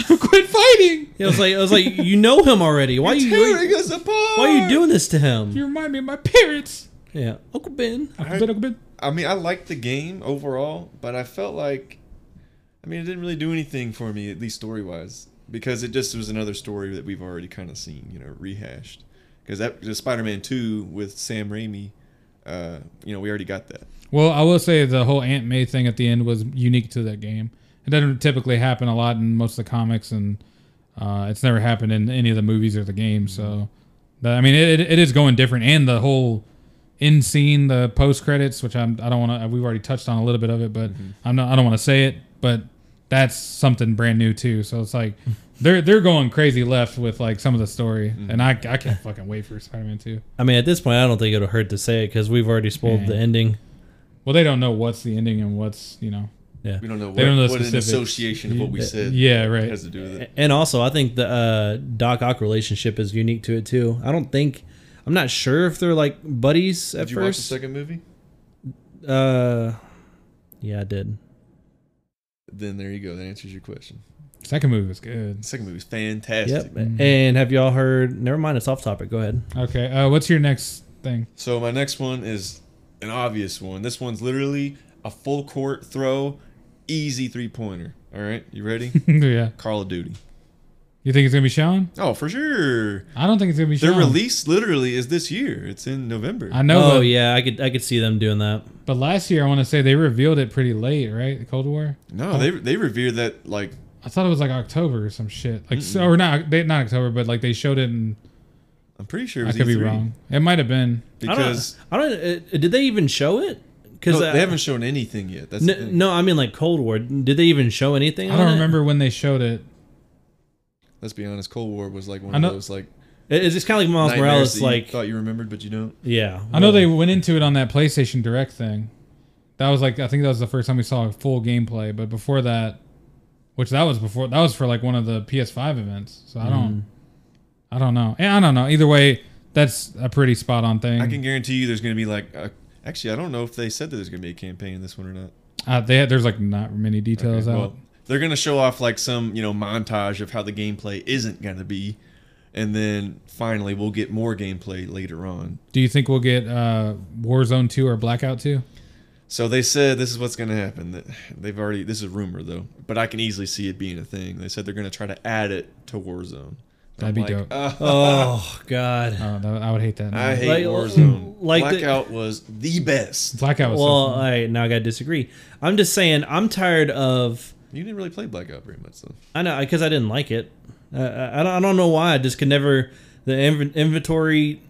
Speaker 1: Quit fighting.
Speaker 4: I was like, I was like, you know him already. Why you why,
Speaker 2: Tearing us apart.
Speaker 4: why are you doing this to him?
Speaker 1: You remind me of my parents.
Speaker 4: Yeah, Uncle Ben.
Speaker 1: Uncle Ben, Uncle Ben.
Speaker 2: I mean, I liked the game overall, but I felt like, I mean, it didn't really do anything for me, at least story wise, because it just was another story that we've already kind of seen, you know, rehashed. Because that the Spider-Man Two with Sam Raimi, uh, you know, we already got that.
Speaker 1: Well, I will say the whole Aunt May thing at the end was unique to that game. It doesn't typically happen a lot in most of the comics, and uh, it's never happened in any of the movies or the games. So, but, I mean, it, it is going different, and the whole end scene, the post credits, which I'm I don't want to. We've already touched on a little bit of it, but I'm not. I don't want to say it, but that's something brand new too. So it's like they're they're going crazy left with like some of the story, and I I can't fucking wait for Spider-Man Two.
Speaker 4: I mean, at this point, I don't think it'll hurt to say it because we've already spoiled
Speaker 1: Yeah.
Speaker 4: the ending.
Speaker 1: Well, they don't know what's the ending and what's you know
Speaker 2: We don't know what,
Speaker 1: They don't know the
Speaker 2: what an
Speaker 1: specifics.
Speaker 2: association of what we said
Speaker 1: Yeah, right.
Speaker 2: has to do with it.
Speaker 4: And also, I think the uh, Doc Ock relationship is unique to it too. I don't think I'm not sure if they're like buddies at
Speaker 2: Did you watch the
Speaker 4: first.
Speaker 2: second movie?
Speaker 4: uh, yeah, I did.
Speaker 2: Then there you go. That answers your question.
Speaker 1: Second movie was good.
Speaker 2: The second movie's fantastic.
Speaker 4: Yep. And have y'all heard? Never mind, it's off topic. Go ahead.
Speaker 1: Okay. Uh, what's your next thing? (laughs)
Speaker 2: So my next one is an obvious one. This one's literally a full court throw, easy three pointer. All right, you ready?
Speaker 1: (laughs) yeah.
Speaker 2: Call of Duty.
Speaker 1: You think it's gonna be Sean?
Speaker 2: Oh, for sure.
Speaker 1: I don't think it's gonna be
Speaker 2: Their
Speaker 1: Sean.
Speaker 2: release literally is this year. It's in November.
Speaker 1: I know.
Speaker 4: oh
Speaker 1: but,
Speaker 4: yeah, I could I could see them doing that.
Speaker 1: but last year I want to say they revealed it pretty late, right? The Cold War.
Speaker 2: no, they they revere that like
Speaker 1: I thought it was like October or some shit. Like so, or not? They, not October, but like they showed it, and
Speaker 2: I'm pretty sure it
Speaker 1: I
Speaker 2: was E
Speaker 1: could be
Speaker 2: E3
Speaker 1: wrong. It might have been.
Speaker 2: because
Speaker 4: I don't. I don't uh, did they even show it?
Speaker 2: no,
Speaker 4: Because
Speaker 2: they haven't shown anything yet. That's the
Speaker 4: uh, No,
Speaker 2: thing.
Speaker 4: no, I mean like Cold War. Did they even show anything?
Speaker 1: I
Speaker 4: on
Speaker 1: don't
Speaker 4: it?
Speaker 1: remember when they showed it.
Speaker 2: Let's be honest. Cold War was like one
Speaker 1: I
Speaker 2: of
Speaker 1: know-
Speaker 2: those like
Speaker 4: It- It's just kind of like Miles
Speaker 2: nightmares
Speaker 4: Morales.
Speaker 2: that you
Speaker 4: Like,
Speaker 2: thought you remembered, but you don't.
Speaker 4: yeah,
Speaker 1: I know they went into it on that PlayStation Direct thing. That was like I think that was the first time we saw full gameplay. But before that, which that was before that was for like one of the PS5 events. So I don't,
Speaker 4: Mm-hmm.
Speaker 1: I don't know. Yeah, I don't know. Either way, that's a pretty spot on thing.
Speaker 2: I can guarantee you, there's gonna be like. A, actually, I don't know if they said that there's gonna be a campaign in this one or not.
Speaker 1: uh, they had, there's like not many details out.
Speaker 2: Well, they're gonna show off like some you know montage of how the gameplay isn't gonna be, and then finally we'll get more gameplay later on.
Speaker 1: Do you think we'll get uh, Warzone two or Blackout two?
Speaker 2: So they said this is what's gonna happen. That they've already this is rumor though, but I can easily see it being a thing. They said they're gonna try to add it to Warzone.
Speaker 1: That'd be
Speaker 2: I'm
Speaker 1: dope.
Speaker 2: like, "Ah,
Speaker 4: (laughs) Oh God.
Speaker 1: Oh, that, I would hate that.
Speaker 2: I
Speaker 1: no.
Speaker 2: hate
Speaker 4: Like-
Speaker 2: Warzone.
Speaker 4: (laughs) like the-
Speaker 2: Blackout was the best.
Speaker 1: Blackout was so
Speaker 4: Well,
Speaker 1: fun.
Speaker 4: all right, now I gotta disagree. I'm just saying I'm tired of.
Speaker 2: You didn't really play Blackout very much though.
Speaker 4: I know because I didn't like it. Uh, I, I don't, I don't know why. I just could never. The inv- inventory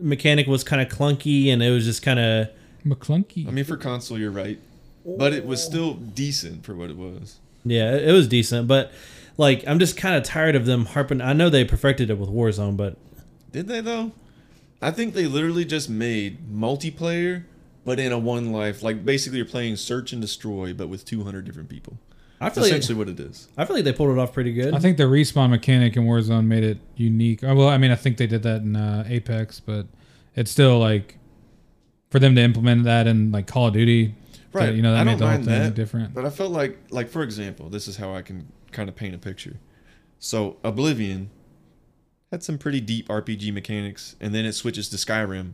Speaker 4: mechanic was kind of clunky, and it was just kind of.
Speaker 1: McClunky.
Speaker 2: I mean, for console, you're right, but it was still decent for what it was.
Speaker 4: Yeah, it it was decent, but like I'm just kind of tired of them harping. I know they perfected it with Warzone, but
Speaker 2: Did they though? I think they literally just made multiplayer, but in a one life. Like basically, you're playing search and destroy, but with 200 different people.
Speaker 4: I
Speaker 2: That's
Speaker 4: feel like
Speaker 2: essentially what it is.
Speaker 4: I feel like they pulled it off pretty good.
Speaker 1: I think the respawn mechanic in Warzone made it unique. Oh, Well, I mean, I think they did that in uh, Apex, but it's still like for them to implement that in like Call of Duty. to-
Speaker 2: Right.
Speaker 1: you know, that
Speaker 2: I
Speaker 1: made
Speaker 2: don't
Speaker 1: the whole
Speaker 2: mind
Speaker 1: thing
Speaker 2: that,
Speaker 1: different.
Speaker 2: But I felt like, like for example, this is how I can kind of paint a picture. So Oblivion had some pretty deep RPG mechanics, and then it switches to Skyrim,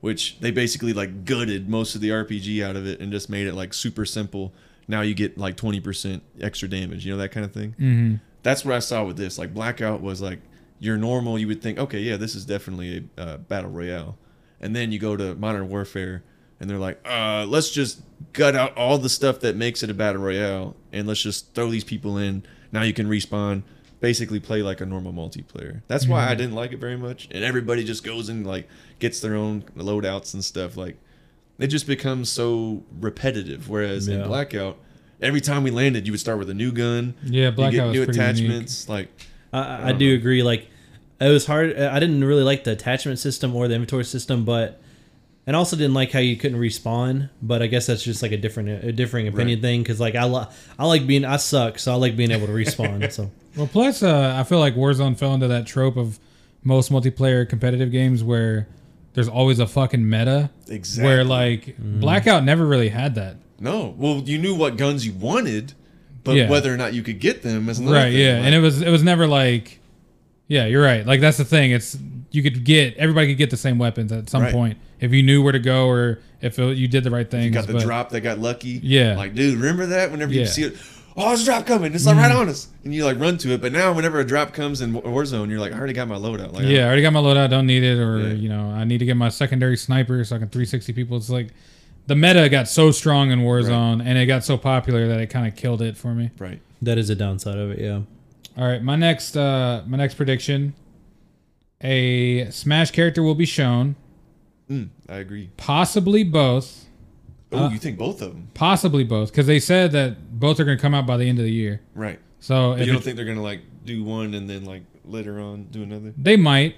Speaker 2: which they basically like gutted most of the RPG out of it and just made it like super simple. Now you get like 20% extra damage, you know, that kind of thing.
Speaker 1: Mm-hmm.
Speaker 2: That's what I saw with this. Like Blackout was like your normal, you would think, okay, yeah, this is definitely a uh, battle royale. And then you go to Modern Warfare and they're like, uh, let's just gut out all the stuff that makes it a battle royale and let's just throw these people in. Now you can respawn, basically play like a normal multiplayer. That's why I didn't like it very much. And everybody just goes and like gets their own loadouts and stuff. Like it just becomes so repetitive. Whereas
Speaker 4: Yeah.
Speaker 2: in Blackout, every time we landed, you would start with a new gun.
Speaker 1: Yeah, Blackout
Speaker 2: you get
Speaker 1: was
Speaker 2: new
Speaker 1: pretty
Speaker 2: attachments. Like
Speaker 4: I, I, I do agree. Like it was hard. I didn't really like the attachment system or the inventory system, but and also didn't like how you couldn't respawn. But I guess that's just like a different a differing opinion
Speaker 2: Right.
Speaker 4: thing because like I li- I like being I suck, so I like being able
Speaker 1: (laughs)
Speaker 4: to respawn. so
Speaker 1: Well, plus, uh, I feel like Warzone fell into that trope of most multiplayer competitive games where there's always a fucking meta.
Speaker 2: exactly.
Speaker 1: Where like Blackout never really had that.
Speaker 2: no, well, you knew what guns you wanted, but
Speaker 1: Yeah.
Speaker 2: whether or not you could get them is another
Speaker 1: Right.
Speaker 2: thing.
Speaker 1: Yeah.
Speaker 2: Like,
Speaker 1: And it was it was never like, yeah, you're right. Like that's the thing. It's you could get everybody could get the same weapons at some
Speaker 2: Right.
Speaker 1: point if you knew where to go or if it, you did the right thing.
Speaker 2: you got the drop that got lucky.
Speaker 1: Yeah.
Speaker 2: like dude, remember that whenever you
Speaker 1: Yeah. Mm.
Speaker 2: see it. Oh, there's a drop coming! It's like right on us, and you like run to it. But now, whenever a drop comes in Wa- Warzone, you're like, I already got my loadout. Like,
Speaker 1: Yeah, I already got my loadout. Don't need it, or
Speaker 2: Yeah.
Speaker 1: you know, I need to get my secondary sniper so I can 360 people. It's like the meta got so strong in Warzone, and it got so popular that it kind of killed it for me.
Speaker 2: right.
Speaker 4: that is a downside of it.
Speaker 1: (laughs)
Speaker 4: Yeah.
Speaker 1: All right, my next uh my next prediction: a Smash character will be shown,
Speaker 2: Mm, I agree.
Speaker 1: possibly both,
Speaker 2: Oh,
Speaker 1: Uh,
Speaker 2: you think both of them?
Speaker 1: possibly both, because they said that both are going to come out by the end of the year.
Speaker 2: Right.
Speaker 1: So
Speaker 2: But
Speaker 1: if
Speaker 2: you don't
Speaker 1: it-
Speaker 2: think they're gonna like do one and then like later on do another?
Speaker 1: they might.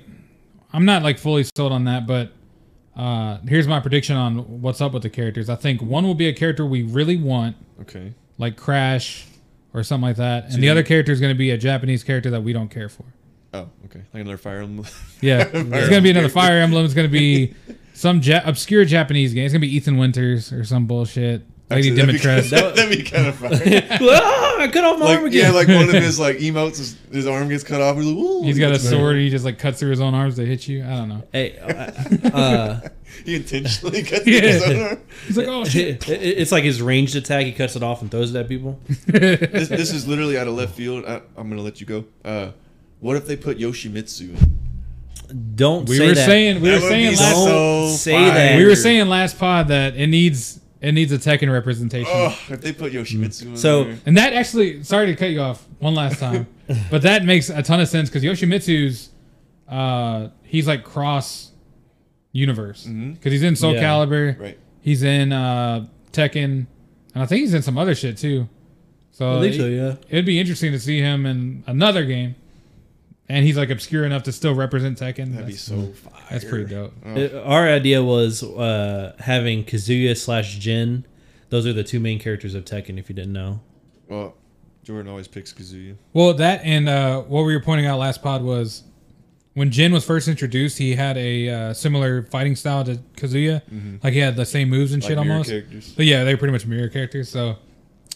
Speaker 1: I'm not like fully sold on that, but uh here's my prediction on what's up with the characters. I think one will be a character we really want.
Speaker 2: Okay.
Speaker 1: like Crash or something like that. And the other character is going to be a Japanese character that we don't care
Speaker 2: (laughs)
Speaker 1: for.
Speaker 2: Oh, okay. Like another Fire Emblem.
Speaker 1: Yeah, it's going to be another Fire Emblem. It's going to
Speaker 2: (laughs)
Speaker 1: be some ja- obscure Japanese game. It's going to be Ethan Winters or some bullshit. Lady
Speaker 2: Actually, (laughs) that'd be
Speaker 1: Demetress.
Speaker 2: kinda- That'd be kind of
Speaker 1: (laughs)
Speaker 2: fun.
Speaker 4: ah, I cut off my arm
Speaker 2: like, yeah,
Speaker 4: again.
Speaker 2: like one of his like emotes, his, his arm gets cut off. He's, like, "Ooh,"
Speaker 1: He's
Speaker 2: he
Speaker 1: got a
Speaker 2: gets
Speaker 1: sword. He just like cuts through his own arms to hit you. I don't know.
Speaker 4: hey, uh, uh,
Speaker 2: mad. (laughs)
Speaker 1: (laughs)
Speaker 2: He intentionally cuts
Speaker 1: Yeah.
Speaker 2: his own arm.
Speaker 1: He's like, (laughs) oh shit.
Speaker 4: (laughs) it- it- it's like his ranged attack. He cuts it off and throws it at people.
Speaker 2: (laughs) This, this is literally out of left field. I, I'm gonna let you go. Uh, what if they put Yoshimitsu? in?
Speaker 4: Don't
Speaker 1: We
Speaker 4: say
Speaker 1: were
Speaker 4: that.
Speaker 1: saying we were
Speaker 2: That would be
Speaker 1: saying last
Speaker 2: so
Speaker 4: Don't say
Speaker 2: fire.
Speaker 4: that.
Speaker 1: we were saying last pod that it needs it needs a Tekken representation.
Speaker 2: Oh, (laughs) if they put Yoshimitsu in
Speaker 4: So-
Speaker 2: there.
Speaker 1: And that actually, sorry to cut you off one last
Speaker 4: (laughs)
Speaker 1: time, but that makes a ton of sense because Yoshimitsu's, uh, he's like cross universe because
Speaker 2: Mm-hmm.
Speaker 1: he's in Soul
Speaker 4: Yeah.
Speaker 1: Calibur,
Speaker 2: Right.
Speaker 1: he's in uh, Tekken, and I think he's in some other shit too. So
Speaker 4: I think
Speaker 1: it-
Speaker 4: so, yeah.
Speaker 1: it'd be interesting to see him in another game, and he's like obscure enough to still represent Tekken.
Speaker 2: that'd be
Speaker 1: That's,
Speaker 2: so fire.
Speaker 1: that's pretty dope.
Speaker 4: It- Uh, our idea was uh, having Kazuya slash Jin. Those are the two main characters of Tekken. If you didn't know,
Speaker 2: Well, Jordan always picks Kazuya.
Speaker 1: Well, that and uh, what we were pointing out last pod was when Jin was first introduced, he had a uh, similar fighting style to Kazuya. Like he had the same moves and
Speaker 2: Mm-hmm. Like
Speaker 1: shit
Speaker 2: mirror
Speaker 1: almost.
Speaker 2: characters.
Speaker 1: But yeah, they're pretty much mirror characters, so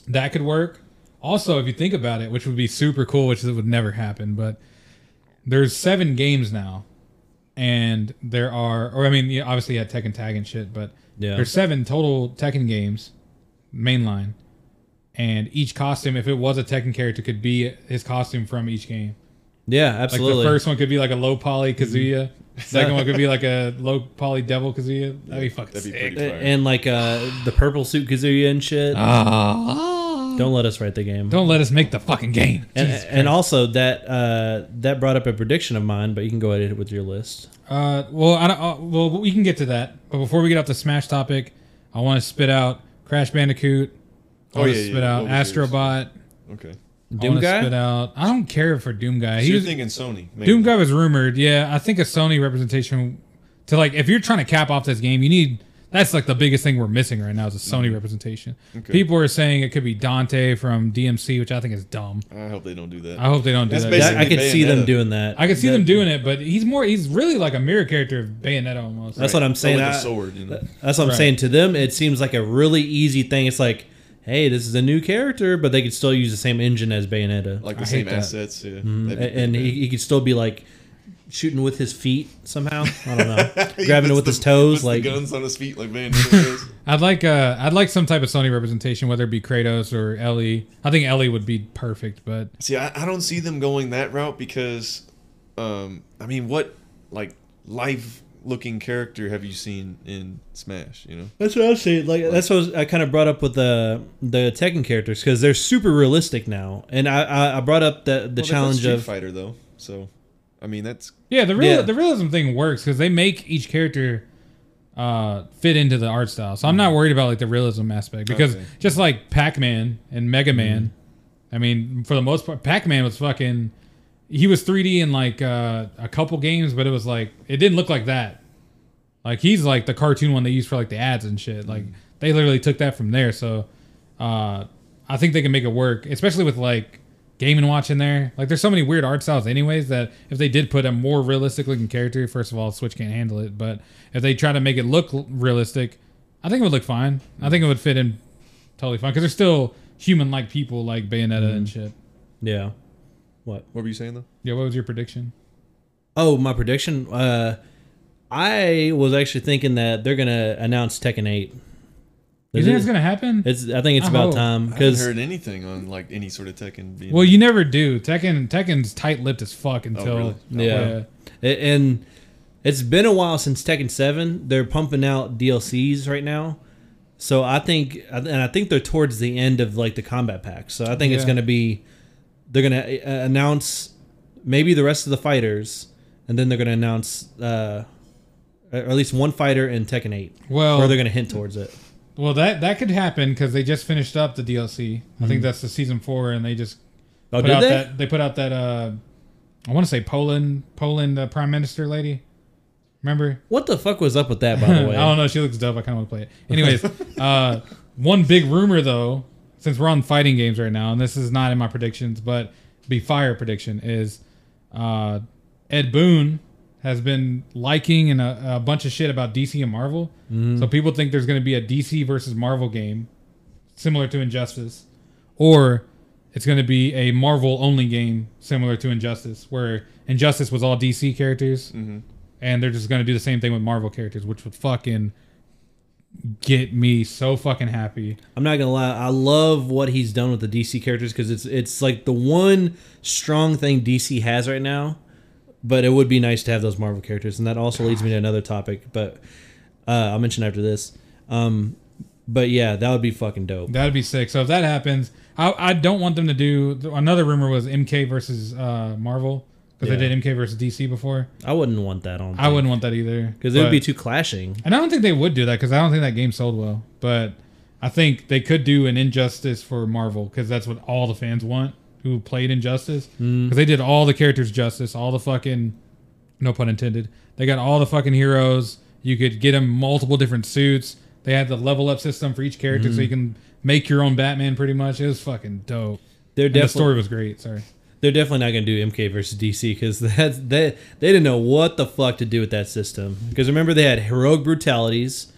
Speaker 1: that could work. Also, if you think about it, which would be super cool, which would never happen, but there's seven games now, and there are, or I mean, yeah, obviously you had Tekken Tag and shit, but
Speaker 4: Yeah.
Speaker 1: there's seven total Tekken games, mainline, and each costume, if it was a Tekken character, could be his costume from each game.
Speaker 4: Yeah,
Speaker 1: Like
Speaker 4: absolutely.
Speaker 1: the first one could be like a low poly Kazuya. Second one could be like a low poly Devil Kazuya. That'd be fucking
Speaker 2: That'd be
Speaker 1: sick.
Speaker 2: pretty
Speaker 4: A-
Speaker 2: fire.
Speaker 4: and like uh the purple suit Kazuya and shit.
Speaker 1: Ah. don't
Speaker 4: Don't let us write the game.
Speaker 1: don't let us make the fucking game.
Speaker 4: and,
Speaker 1: Jesus
Speaker 4: and also that uh that brought up a prediction of mine, but you can go ahead with your list.
Speaker 1: Uh, well, I don't, uh, well, we can get to that. But before we get off the Smash topic, I want to spit out Crash Bandicoot. I
Speaker 2: Oh,
Speaker 1: want
Speaker 2: yeah,
Speaker 1: to
Speaker 2: yeah.
Speaker 1: spit out
Speaker 2: What was yours?
Speaker 1: Astrobot.
Speaker 2: Okay.
Speaker 1: I want
Speaker 4: Doom Guy?
Speaker 1: to spit out. I don't care for Doom Guy.
Speaker 2: So
Speaker 1: He
Speaker 2: you're
Speaker 1: was,
Speaker 2: thinking Sony. Maybe.
Speaker 1: Doom Guy was rumored. Yeah, I think a Sony representation to like if you're trying to cap off this game, you need that's like the biggest thing we're missing right now is a Sony representation.
Speaker 2: Mm-hmm. Okay.
Speaker 1: People are saying it could be Dante from DMC, which I think is dumb.
Speaker 2: I hope they don't do that.
Speaker 1: I hope they don't do
Speaker 2: That's
Speaker 1: that.
Speaker 2: basically-
Speaker 4: That- I could see them
Speaker 2: Bayonetta.
Speaker 4: doing that.
Speaker 1: I could see
Speaker 4: That-
Speaker 1: them doing it, but he's more he's really like a mirror character of Bayonetta almost.
Speaker 4: That's what I'm
Speaker 2: Or
Speaker 4: saying.
Speaker 2: Like
Speaker 4: I-
Speaker 2: a sword. You know?
Speaker 4: That's what I'm
Speaker 1: Right.
Speaker 4: saying to them. It seems like a really easy thing. It's like, hey, this is a new character, but they could still use the same engine as Bayonetta,
Speaker 2: Like
Speaker 1: I
Speaker 2: the
Speaker 1: hate
Speaker 2: same
Speaker 1: that.
Speaker 2: assets. Yeah.
Speaker 4: A- Mm-hmm. and he, he could still be like shooting with his feet somehow. I don't
Speaker 2: (laughs)
Speaker 4: know, grabbing it with his toes, like
Speaker 2: the guns on his feet, like man. does.
Speaker 1: I'd like uh I'd like some type of Sony representation, whether it be Kratos or Ellie. I think Ellie would be perfect, but
Speaker 2: See, I, I don't see them going that route because, um, I mean, what like live-looking character have you seen in Smash? You know,
Speaker 4: That's what I was saying. Like that's what I, was- I kind of brought up with the the Tekken characters because they're super realistic now, and I I, I brought up the the
Speaker 2: Well,
Speaker 4: challenge
Speaker 2: Street
Speaker 4: of
Speaker 2: Fighter though. So, I mean, that's
Speaker 1: yeah, the real
Speaker 4: Yeah.
Speaker 1: the realism thing works because they make each character uh fit into the art style. So I'm not worried about like the realism aspect because
Speaker 2: Okay.
Speaker 1: just like Pac-Man and Mega Man, I mean, for the most part, Pac-Man was fucking. He was 3D in like uh, a couple games, but it was like it didn't look like that. Like he's like the cartoon one they use for like the ads and shit. Like they literally took that from there. So uh, I think they can make it work, especially with like Game and Watch in there. Like there's so many weird art styles, anyways. That if they did put a more realistic looking character, first of all, Switch can't handle it. But if they try to make it look l- realistic, I think it would look fine. I think it would fit in totally fine because they're still human like people like Bayonetta and
Speaker 4: Mm-hmm.
Speaker 1: shit.
Speaker 4: yeah.
Speaker 2: what were you saying though?
Speaker 1: Yeah, what was your prediction?
Speaker 4: Oh, my prediction. Uh, I was actually thinking that they're gonna announce Tekken Eight.
Speaker 1: You
Speaker 4: Is
Speaker 1: think
Speaker 4: it-
Speaker 1: it's gonna happen?
Speaker 4: It's. Oh, I think it's
Speaker 1: I
Speaker 4: about
Speaker 1: hope.
Speaker 4: time
Speaker 2: I haven't
Speaker 4: because
Speaker 2: heard anything on like any sort of Tekken. Being
Speaker 1: well, you never do. Tekken Tekken's tight lipped as fuck until Oh,
Speaker 2: really? No.
Speaker 4: Oh, Yeah. A- And it's been a while since Tekken 7. They're pumping out DLCs right now. So I think and I think they're towards the end of like the combat pack. So I think it's
Speaker 1: Yeah.
Speaker 4: going to be they're going to uh, announce maybe the rest of the fighters and then they're going to announce uh or at least one fighter in Tekken 8.
Speaker 1: Well,
Speaker 4: or they're going to hint towards it.
Speaker 1: Well, that that could happen because they just finished up the DLC. I
Speaker 4: Mm-hmm.
Speaker 1: think that's the season four, and they just
Speaker 4: Oh,
Speaker 1: put
Speaker 4: did
Speaker 1: out
Speaker 4: they?
Speaker 1: that they put out that uh, I want to say Poland Poland uh, prime minister lady. Remember?
Speaker 4: What the fuck was up
Speaker 1: (laughs)
Speaker 4: with that by the
Speaker 1: I
Speaker 4: way?
Speaker 1: don't know. She looks dope. I kind of want to play it.
Speaker 4: (laughs)
Speaker 1: Anyways, uh, one big rumor though, since we're on fighting games right now, and this is not in my predictions, but be fire prediction is uh, Ed Boon has been liking and a, a bunch of shit about DC and Marvel.
Speaker 4: Mm-hmm.
Speaker 1: So people think there's going to be a DC versus Marvel game, similar to Injustice, or it's going to be a Marvel only game similar to Injustice, where Injustice was all DC characters,
Speaker 4: Mm-hmm.
Speaker 1: and they're just going to do the same thing with Marvel characters, which would fucking get me so fucking happy.
Speaker 4: I'm not gonna lie. I love what he's done with the DC characters because it's it's like the one strong thing DC has right now. But it would be nice to have those Marvel characters, and that also leads me to another topic. But uh, I'll mention after this. Um, but yeah, that would be fucking dope.
Speaker 1: That'd be sick. So if that happens, I, I don't want them to do. Another rumor was MK versus uh, Marvel because
Speaker 4: Yeah.
Speaker 1: they did MK versus DC before.
Speaker 4: I wouldn't want that on
Speaker 1: I wouldn't want that either
Speaker 4: because it would
Speaker 1: but-
Speaker 4: be too clashing.
Speaker 1: And I don't think they would do that because I don't think that game sold well. But I think they could do an injustice for Marvel because that's what all the fans want who played Injustice because they did all the characters justice, all the fucking, no pun intended. They got all the fucking heroes. You could get them multiple different suits. They had the level up system for each character, so you can make your own Batman. Pretty much, it was fucking dope.
Speaker 4: They're
Speaker 1: And the
Speaker 4: definitely
Speaker 1: story was great. Sorry.
Speaker 4: they're definitely not gonna do MK versus DC (laughs) because that's they they didn't know what the fuck to do with that system. Because remember they had heroic brutalities,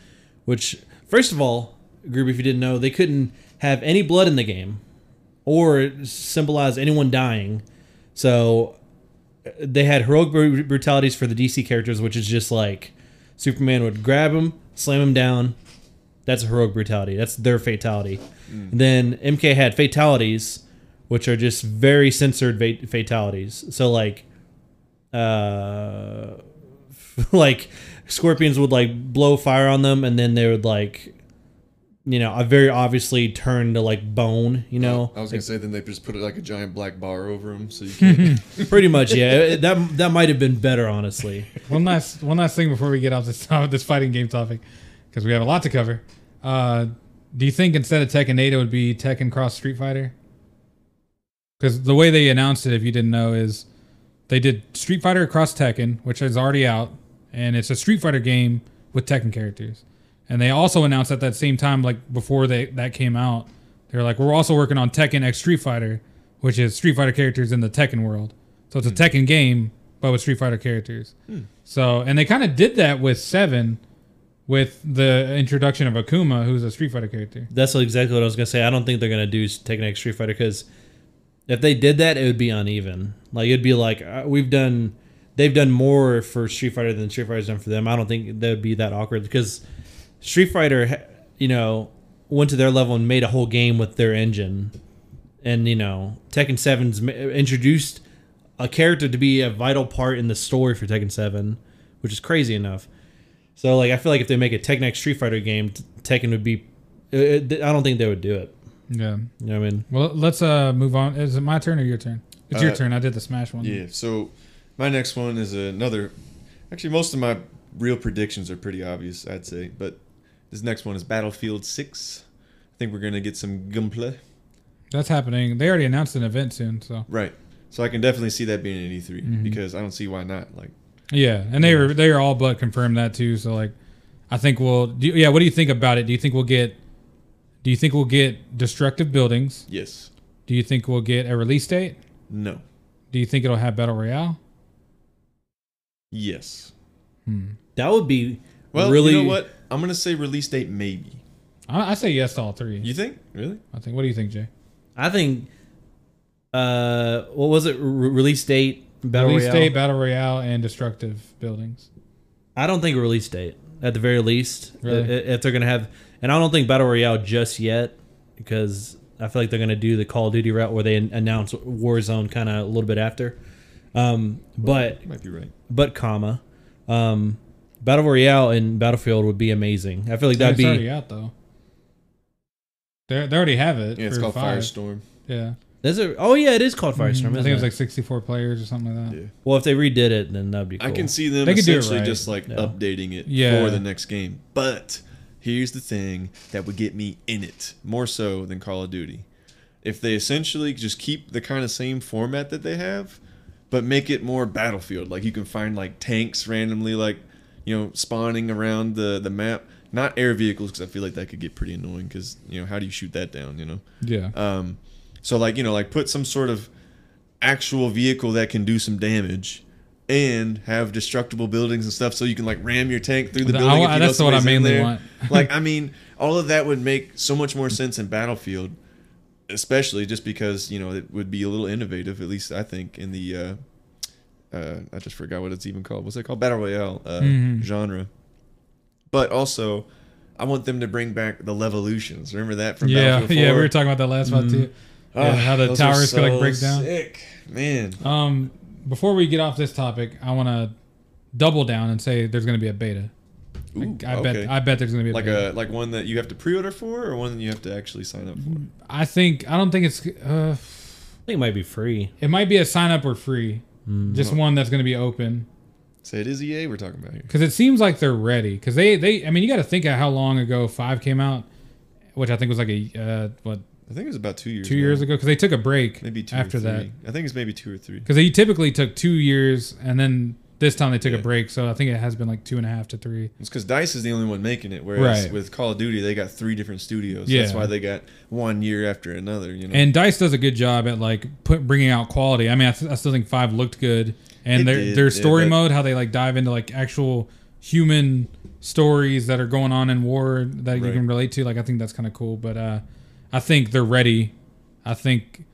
Speaker 4: which first of all, group if you didn't know, they couldn't have any blood in the game or symbolize anyone dying. So uh, they had heroic bru- brutalities for the DC characters, which is just like Superman would grab him, slam him down. That's a heroic brutality. That's their fatality. Then MK had fatalities, which are just very censored va- fatalities. So like uh, (laughs) like scorpions would like blow fire on them, and then they would like, you know, I very obviously turn to like bone. You know,
Speaker 2: I was gonna say then they just put it like a giant black bar over them, so you can't.
Speaker 4: pretty much. Yeah, it- that that might have been better, honestly.
Speaker 1: one last one last thing before we get off this (laughs) top, this fighting game topic, because we have a lot to cover. Uh, do you think instead of Tekken 8, it would be Tekken Cross Street Fighter? Because the way they announced it, if you didn't know, is they did Street Fighter Cross Tekken, which is already out, and it's a Street Fighter game with Tekken characters. And they also announced at that same time, like before they that came out, they were like, we're also working on Tekken X Street Fighter, which is Street Fighter characters in the Tekken world. So it's a Tekken game, but with Street Fighter characters. So, and they kind of did that with Seven, with the introduction of Akuma, who's a Street Fighter character.
Speaker 4: That's exactly what I was gonna say. I don't think they're gonna do Tekken X Street Fighter because if they did that, it would be uneven. Like it'd be like uh, we've done, they've done more for Street Fighter than Street Fighter's done for them. I don't think that would be that awkward because Street Fighter, ha- you know, went to their level and made a whole game with their engine, and you know, Tekken 7's ma- introduced a character to be a vital part in the story for Tekken Seven, which is crazy enough. So like I feel like if they make a Tekken X Street Fighter game, t- Tekken would be. It, it- I don't think they would do it.
Speaker 1: Yeah.
Speaker 4: You know what I mean?
Speaker 1: Well, let's uh move on. Is it my turn or your turn? It's your
Speaker 2: Uh,
Speaker 1: turn. I did the Smash one.
Speaker 2: yeah. So my next one is another. Actually, most of my real predictions are pretty obvious, I'd say. But this next one is Battlefield Six. I think we're gonna get some gunplay.
Speaker 1: That's happening. They already announced an event soon, so
Speaker 2: Right. So I can definitely see that being an E3
Speaker 1: Mm-hmm.
Speaker 2: because I don't see why not. Like,
Speaker 1: yeah. And they were they are all but confirmed that too. So like, I think we'll. Do you- yeah. What do you think about it? Do you think we'll get? Do you think we'll get destructive buildings?
Speaker 2: yes,
Speaker 1: Do you think we'll get a release date?
Speaker 2: no,
Speaker 1: Do you think it'll have battle royale?
Speaker 2: yes.
Speaker 4: That would be
Speaker 2: Well,
Speaker 4: really.
Speaker 2: you know what? I'm gonna say release date maybe.
Speaker 1: I, I say yes to all three.
Speaker 2: You think? Really?
Speaker 1: I think. What do you think, Jay?
Speaker 4: I think. Uh, what was it? Re- release date. Battle
Speaker 1: Release
Speaker 4: Royale?
Speaker 1: date, battle royale, and destructive buildings.
Speaker 4: I don't think release date at the very least.
Speaker 1: Really?
Speaker 4: I- i- If they're gonna have, and I don't think Battle Royale just yet because I feel like they're gonna do the Call of Duty route where they an- announce Warzone kind of a little bit after. Um, but
Speaker 2: You might be right.
Speaker 4: but comma, um, Battle Royale and Battlefield would be amazing. I feel like that'd
Speaker 1: it's already
Speaker 4: be
Speaker 1: out though. They they already have it.
Speaker 2: Yeah, it's
Speaker 1: for
Speaker 2: called
Speaker 1: five.
Speaker 2: Firestorm.
Speaker 1: Yeah,
Speaker 4: is it? Oh yeah, it is called Firestorm.
Speaker 1: Mm-hmm. I
Speaker 4: Isn't
Speaker 1: think it was
Speaker 4: it?
Speaker 1: like sixty-four players or something like that.
Speaker 2: Yeah.
Speaker 4: well, if they redid it, then that'd be. Cool.
Speaker 2: I can see them
Speaker 1: They could do it
Speaker 2: essentially
Speaker 1: right.
Speaker 2: just like
Speaker 4: Yeah.
Speaker 2: updating it
Speaker 1: Yeah.
Speaker 2: for the next game. But here's the thing that would get me in it more so than Call of Duty. If they essentially just keep the kind of same format that they have, but make it more battlefield. Like you can find like tanks randomly, like you know, spawning around the the map. Not air vehicles because I feel like that could get pretty annoying. Because you know, how do you shoot that down? You know.
Speaker 1: Yeah,
Speaker 2: Um, so like you know like put some sort of actual vehicle that can do some damage and have destructible buildings and stuff so you can like ram your tank through the
Speaker 1: The- I
Speaker 2: building.
Speaker 1: wa-
Speaker 2: if you know
Speaker 1: that's what I
Speaker 2: somebody's in
Speaker 1: mainly
Speaker 2: there.
Speaker 1: want.
Speaker 2: (laughs) like I mean, all of that would make so much more sense in Battlefield, especially just because you know it would be a little innovative. At least I think in the. Uh, uh, I just forgot what it's even called. What's it called? Battle Royale uh,
Speaker 1: Mm-hmm.
Speaker 2: genre. But also, I want them to bring back the Levolutions. Remember that from
Speaker 1: yeah, (laughs)
Speaker 2: Battlefield
Speaker 1: yeah. We
Speaker 2: 4?
Speaker 1: were talking about that last one too.
Speaker 4: Mm-hmm.
Speaker 1: Yeah, how the
Speaker 2: Oh, those are
Speaker 1: towers could like
Speaker 2: so
Speaker 1: break down.
Speaker 2: Sick, man.
Speaker 1: Um, before we get off this topic, I want to double down and say there's going to be a beta.
Speaker 2: Ooh,
Speaker 1: I
Speaker 2: okay.
Speaker 1: bet. I bet there's going to be a
Speaker 2: like
Speaker 1: beta.
Speaker 2: a like one that you have to pre-order for, or one that you have to actually sign up for.
Speaker 1: I think. I don't think it's. Uh,
Speaker 4: I think it might be free.
Speaker 1: it might be a sign up or free.
Speaker 4: Mm.
Speaker 1: Just one that's going to be open.
Speaker 2: So it is EA we're talking about here.
Speaker 1: because it seems like they're ready. Because they, they, I mean, you got to think of how long ago Five came out, which I think was like a uh, what
Speaker 2: I think it was about two years.
Speaker 1: two years
Speaker 2: now.
Speaker 1: ago. Because they took a break
Speaker 2: maybe two
Speaker 1: after
Speaker 2: or three.
Speaker 1: that.
Speaker 2: I think it's maybe two or three.
Speaker 1: Because they typically took two years, and then this time they took a
Speaker 2: Yeah.
Speaker 1: break. So I think it has been like two and a half to three.
Speaker 2: It's because Dice is the only one making it, whereas
Speaker 1: Right.
Speaker 2: with Call of Duty they got three different studios. That's
Speaker 1: Yeah.
Speaker 2: why they got one year after another. You know,
Speaker 1: And Dice does a good job at like put, bringing out quality. I mean, I, th- I still think Five looked good, and
Speaker 2: It
Speaker 1: their
Speaker 2: did,
Speaker 1: their
Speaker 2: yeah,
Speaker 1: story
Speaker 2: but-
Speaker 1: mode, how they like dive into like actual human stories that are going on in war that you
Speaker 2: Right.
Speaker 1: can relate to. Like, I think that's kind of cool. But uh, I think they're ready. I think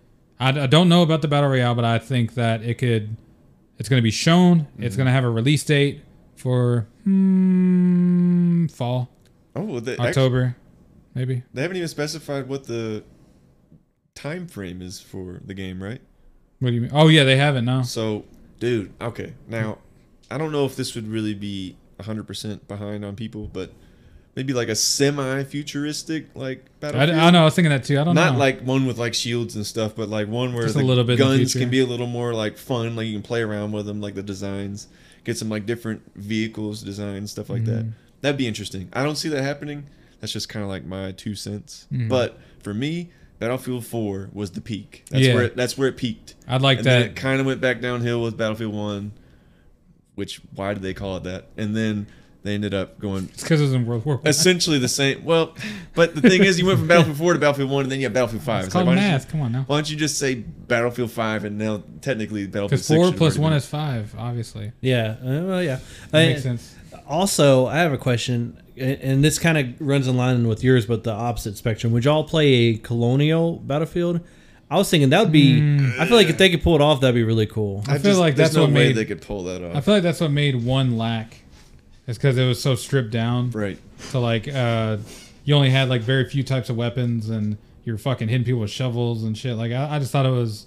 Speaker 1: I, I don't know about the battle royale, but I think that it could. It's going to be shown.
Speaker 2: Mm-hmm.
Speaker 1: It's going to have a release date for hmm, fall,
Speaker 2: oh, well, they, actually,
Speaker 1: October, maybe.
Speaker 2: they haven't even specified what the time frame is for the game, right?
Speaker 1: What do you mean? Oh yeah, they haven't now.
Speaker 2: So dude. Okay, now I don't know if this would really be hundred percent behind on people, but maybe like a semi-futuristic like
Speaker 1: I, I
Speaker 2: battlefield.
Speaker 1: know. I was thinking that too. I don't know.
Speaker 2: Not like one with like shields and stuff, but like one where
Speaker 1: Just a
Speaker 2: the
Speaker 1: little bit in the
Speaker 2: guns
Speaker 1: future.
Speaker 2: can be a little more like fun. Like you can play around with them, like the designs, get some like different vehicles, designs, stuff like that.
Speaker 1: Mm.
Speaker 2: That'd be interesting. I don't see that happening. That's just kind of like my two cents.
Speaker 1: Mm.
Speaker 2: But for me, Battlefield 4 was the peak. That's
Speaker 1: Yeah.
Speaker 2: where it, that's where it peaked.
Speaker 1: I'd like
Speaker 2: and then it
Speaker 1: that.
Speaker 2: kind of went back downhill with Battlefield 1, which why did they call it that? And then they ended up going
Speaker 1: It's because it was in World War. One.
Speaker 2: essentially the same. Well, but the thing is, you went from Battlefield 4 to Battlefield 1, and then you have Battlefield 5.
Speaker 1: It's
Speaker 2: like,
Speaker 1: called
Speaker 2: why don't you-
Speaker 1: math. Come on now.
Speaker 2: why don't you just say Battlefield 5 and now technically Battlefield
Speaker 1: Because
Speaker 2: 6?
Speaker 1: four plus one
Speaker 2: is.
Speaker 1: is five. Obviously,
Speaker 4: Yeah. Uh, well, yeah.
Speaker 1: that
Speaker 4: I-
Speaker 1: makes sense.
Speaker 4: Also, I have a question, a- and this kind of runs in line with yours, but the opposite spectrum. Would y'all play a colonial battlefield? I was thinking that would be. I feel like if they could pull it off, that'd be really cool.
Speaker 1: I feel like that's
Speaker 2: there's no
Speaker 1: what
Speaker 2: way
Speaker 1: made-
Speaker 2: they could pull that
Speaker 1: I
Speaker 2: off.
Speaker 1: feel like that's what made one lack. It's because it was so stripped down
Speaker 2: Right.
Speaker 1: to like uh, you only had like very few types of weapons, and you're fucking hitting people with shovels and shit. Like I, I just thought it was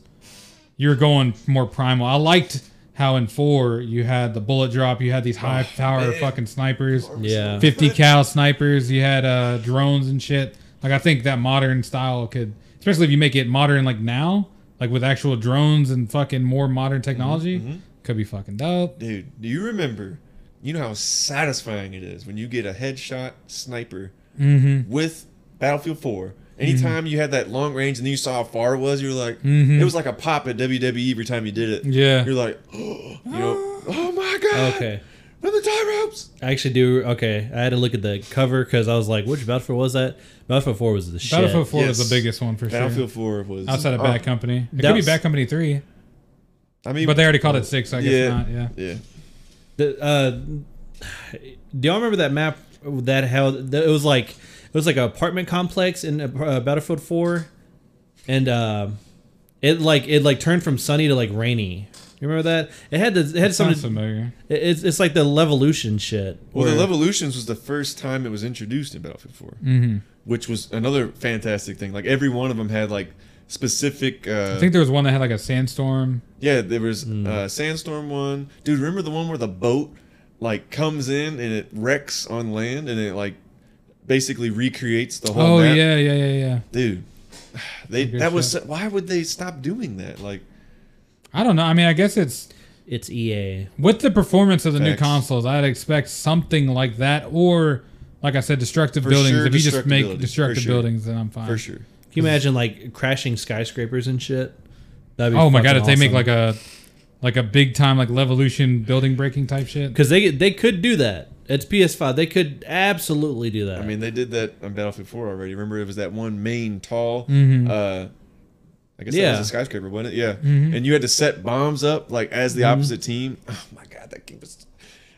Speaker 1: you were going more primal. I liked how in four you had the bullet drop, you had these high
Speaker 2: Oh,
Speaker 1: power fucking snipers.
Speaker 4: Yeah.
Speaker 1: 50 cal snipers you had uh drones and shit like i think that modern style could especially if you make it modern like now like with actual drones and fucking more
Speaker 2: Mm-hmm,
Speaker 1: modern technology could be fucking dope
Speaker 2: Dude, do you remember? You know how satisfying it is when you get a headshot sniper
Speaker 1: Mm-hmm.
Speaker 2: with Battlefield 4. Anytime you had that long range and then you saw how far it was, you were like, it was like a pop at WWE every time you did it.
Speaker 1: Mm-hmm. Yeah.
Speaker 2: You're like, (gasps) oh,
Speaker 1: (gasps)
Speaker 2: you know, oh my God.
Speaker 4: Okay.
Speaker 2: Run the tie ropes.
Speaker 4: I actually do. Okay, I had to look at the cover because I was like, which battlefield was that? Battlefield Four was the shit.
Speaker 1: battlefield 4 was
Speaker 2: Yes.
Speaker 1: the biggest one for sure
Speaker 2: Battlefield 4 was.
Speaker 1: outside of
Speaker 2: oh,
Speaker 1: bad company it could be
Speaker 4: That's-
Speaker 1: bad company 3
Speaker 2: I mean,
Speaker 1: but they already called it 6 i guess
Speaker 2: yeah,
Speaker 1: not yeah
Speaker 2: Yeah.
Speaker 4: The, uh, do y'all remember that map that held? That it was like it was like an apartment complex in uh, Battlefield Four, and uh, it like it like turned from sunny to like rainy. You remember that? It had the it had
Speaker 1: sounds
Speaker 4: something.
Speaker 1: familiar
Speaker 4: it- It's it's like the Levolution shit.
Speaker 2: Well, the
Speaker 4: where-
Speaker 2: Levolutions was the first time it was introduced in Battlefield 4, mm-hmm. which was another fantastic thing. Like every one of them had like specific. Uh,
Speaker 1: i think there was one that had like a sandstorm
Speaker 2: yeah, there was
Speaker 1: Hmm.
Speaker 2: uh, Sandstorm one. Dude, remember the one where the boat like comes in and it wrecks on land and it like basically recreates the whole.
Speaker 1: oh
Speaker 2: map?
Speaker 1: yeah yeah yeah yeah
Speaker 2: dude. (sighs) They
Speaker 1: Good
Speaker 2: that was why would they stop doing that? Like
Speaker 1: i don't know i mean i guess it's
Speaker 4: it's E EA.
Speaker 1: with the performance of the new
Speaker 2: Facts.
Speaker 1: consoles, I'd expect something like that, or like I said, destructive
Speaker 2: For
Speaker 1: buildings.
Speaker 2: sure,
Speaker 1: if you just
Speaker 2: destructive
Speaker 1: make
Speaker 2: buildings,
Speaker 1: destructive
Speaker 2: for sure.
Speaker 1: buildings, then I'm fine.
Speaker 2: for sure.
Speaker 4: Can you imagine like crashing skyscrapers and shit? That'd
Speaker 1: Oh my god, if they make
Speaker 4: like.
Speaker 1: like a like a big time like levolution building breaking type shit.
Speaker 4: Because they they could do that. It's PS5. They could absolutely do that.
Speaker 2: I mean, they did that on Battlefield 4 already. Remember, it was that one main tall.
Speaker 1: Mm-hmm.
Speaker 2: Uh, I guess that
Speaker 4: Yeah.
Speaker 2: was a skyscraper, wasn't it? Yeah.
Speaker 1: Mm-hmm.
Speaker 2: And you had to set bombs up like as the opposite team. (sighs) Oh my god, that game was.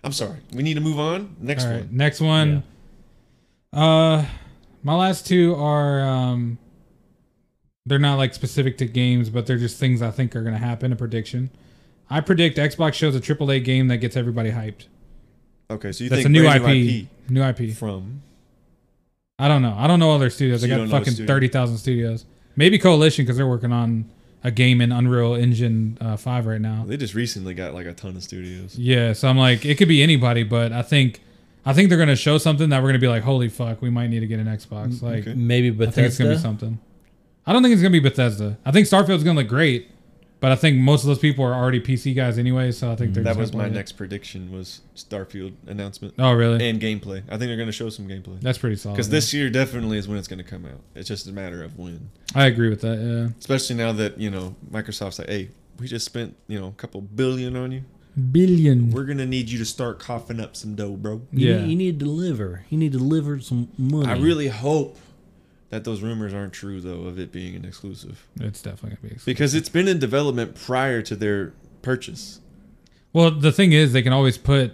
Speaker 2: I'm sorry. We need to move on. Next
Speaker 1: All right,
Speaker 2: one.
Speaker 1: next one. Uh, my last two are um, they're not like specific to games, but they're just things I think are gonna happen. A prediction. I predict Xbox shows a AAA game that gets everybody hyped.
Speaker 2: Okay, so you
Speaker 1: That's
Speaker 2: think
Speaker 1: a new
Speaker 2: brand
Speaker 1: IP, New IP.
Speaker 2: from?
Speaker 1: I don't know. I don't know other studios.
Speaker 2: So
Speaker 1: they
Speaker 2: you
Speaker 1: got
Speaker 2: don't know the
Speaker 1: fucking
Speaker 2: studio.
Speaker 1: thirty thousand studios. Maybe Coalition because they're working on a game in Unreal Engine uh, Five right now.
Speaker 2: They just recently got like a ton of studios.
Speaker 1: Yeah, so I'm like, it could be anybody, but I think, I think they're gonna show something that we're gonna be like, holy fuck, we might need to get an Xbox. Like,
Speaker 2: Mm, okay.
Speaker 4: maybe
Speaker 1: I think
Speaker 4: Bethesda.
Speaker 1: it's gonna be something. I don't think it's gonna be Bethesda. I think Starfield's gonna look great, but I think most of those people are already PC guys anyway, so I think they're.
Speaker 2: Mm, That
Speaker 1: just
Speaker 2: was
Speaker 1: gonna
Speaker 2: my
Speaker 1: play it.
Speaker 2: next prediction was Starfield announcement
Speaker 1: Oh really?
Speaker 2: and gameplay. I think they're going to show some gameplay.
Speaker 1: That's pretty solid.
Speaker 2: Because
Speaker 1: yeah.
Speaker 2: this year definitely is when it's going to come out. It's just a matter of when.
Speaker 1: I agree with that. Yeah.
Speaker 2: especially now that you know Microsoft's like, hey, we just spent you know a couple billion on you.
Speaker 1: Billion.
Speaker 2: We're gonna need you to start coughing up some dough, bro.
Speaker 4: You,
Speaker 1: Yeah.
Speaker 4: need, you need to deliver. You need to deliver some money.
Speaker 2: I really hope that those rumors aren't true though of it being an exclusive
Speaker 1: It's definitely gonna be. Exciting.
Speaker 2: because it's been in development prior to their purchase.
Speaker 1: Well, the thing is, they can always put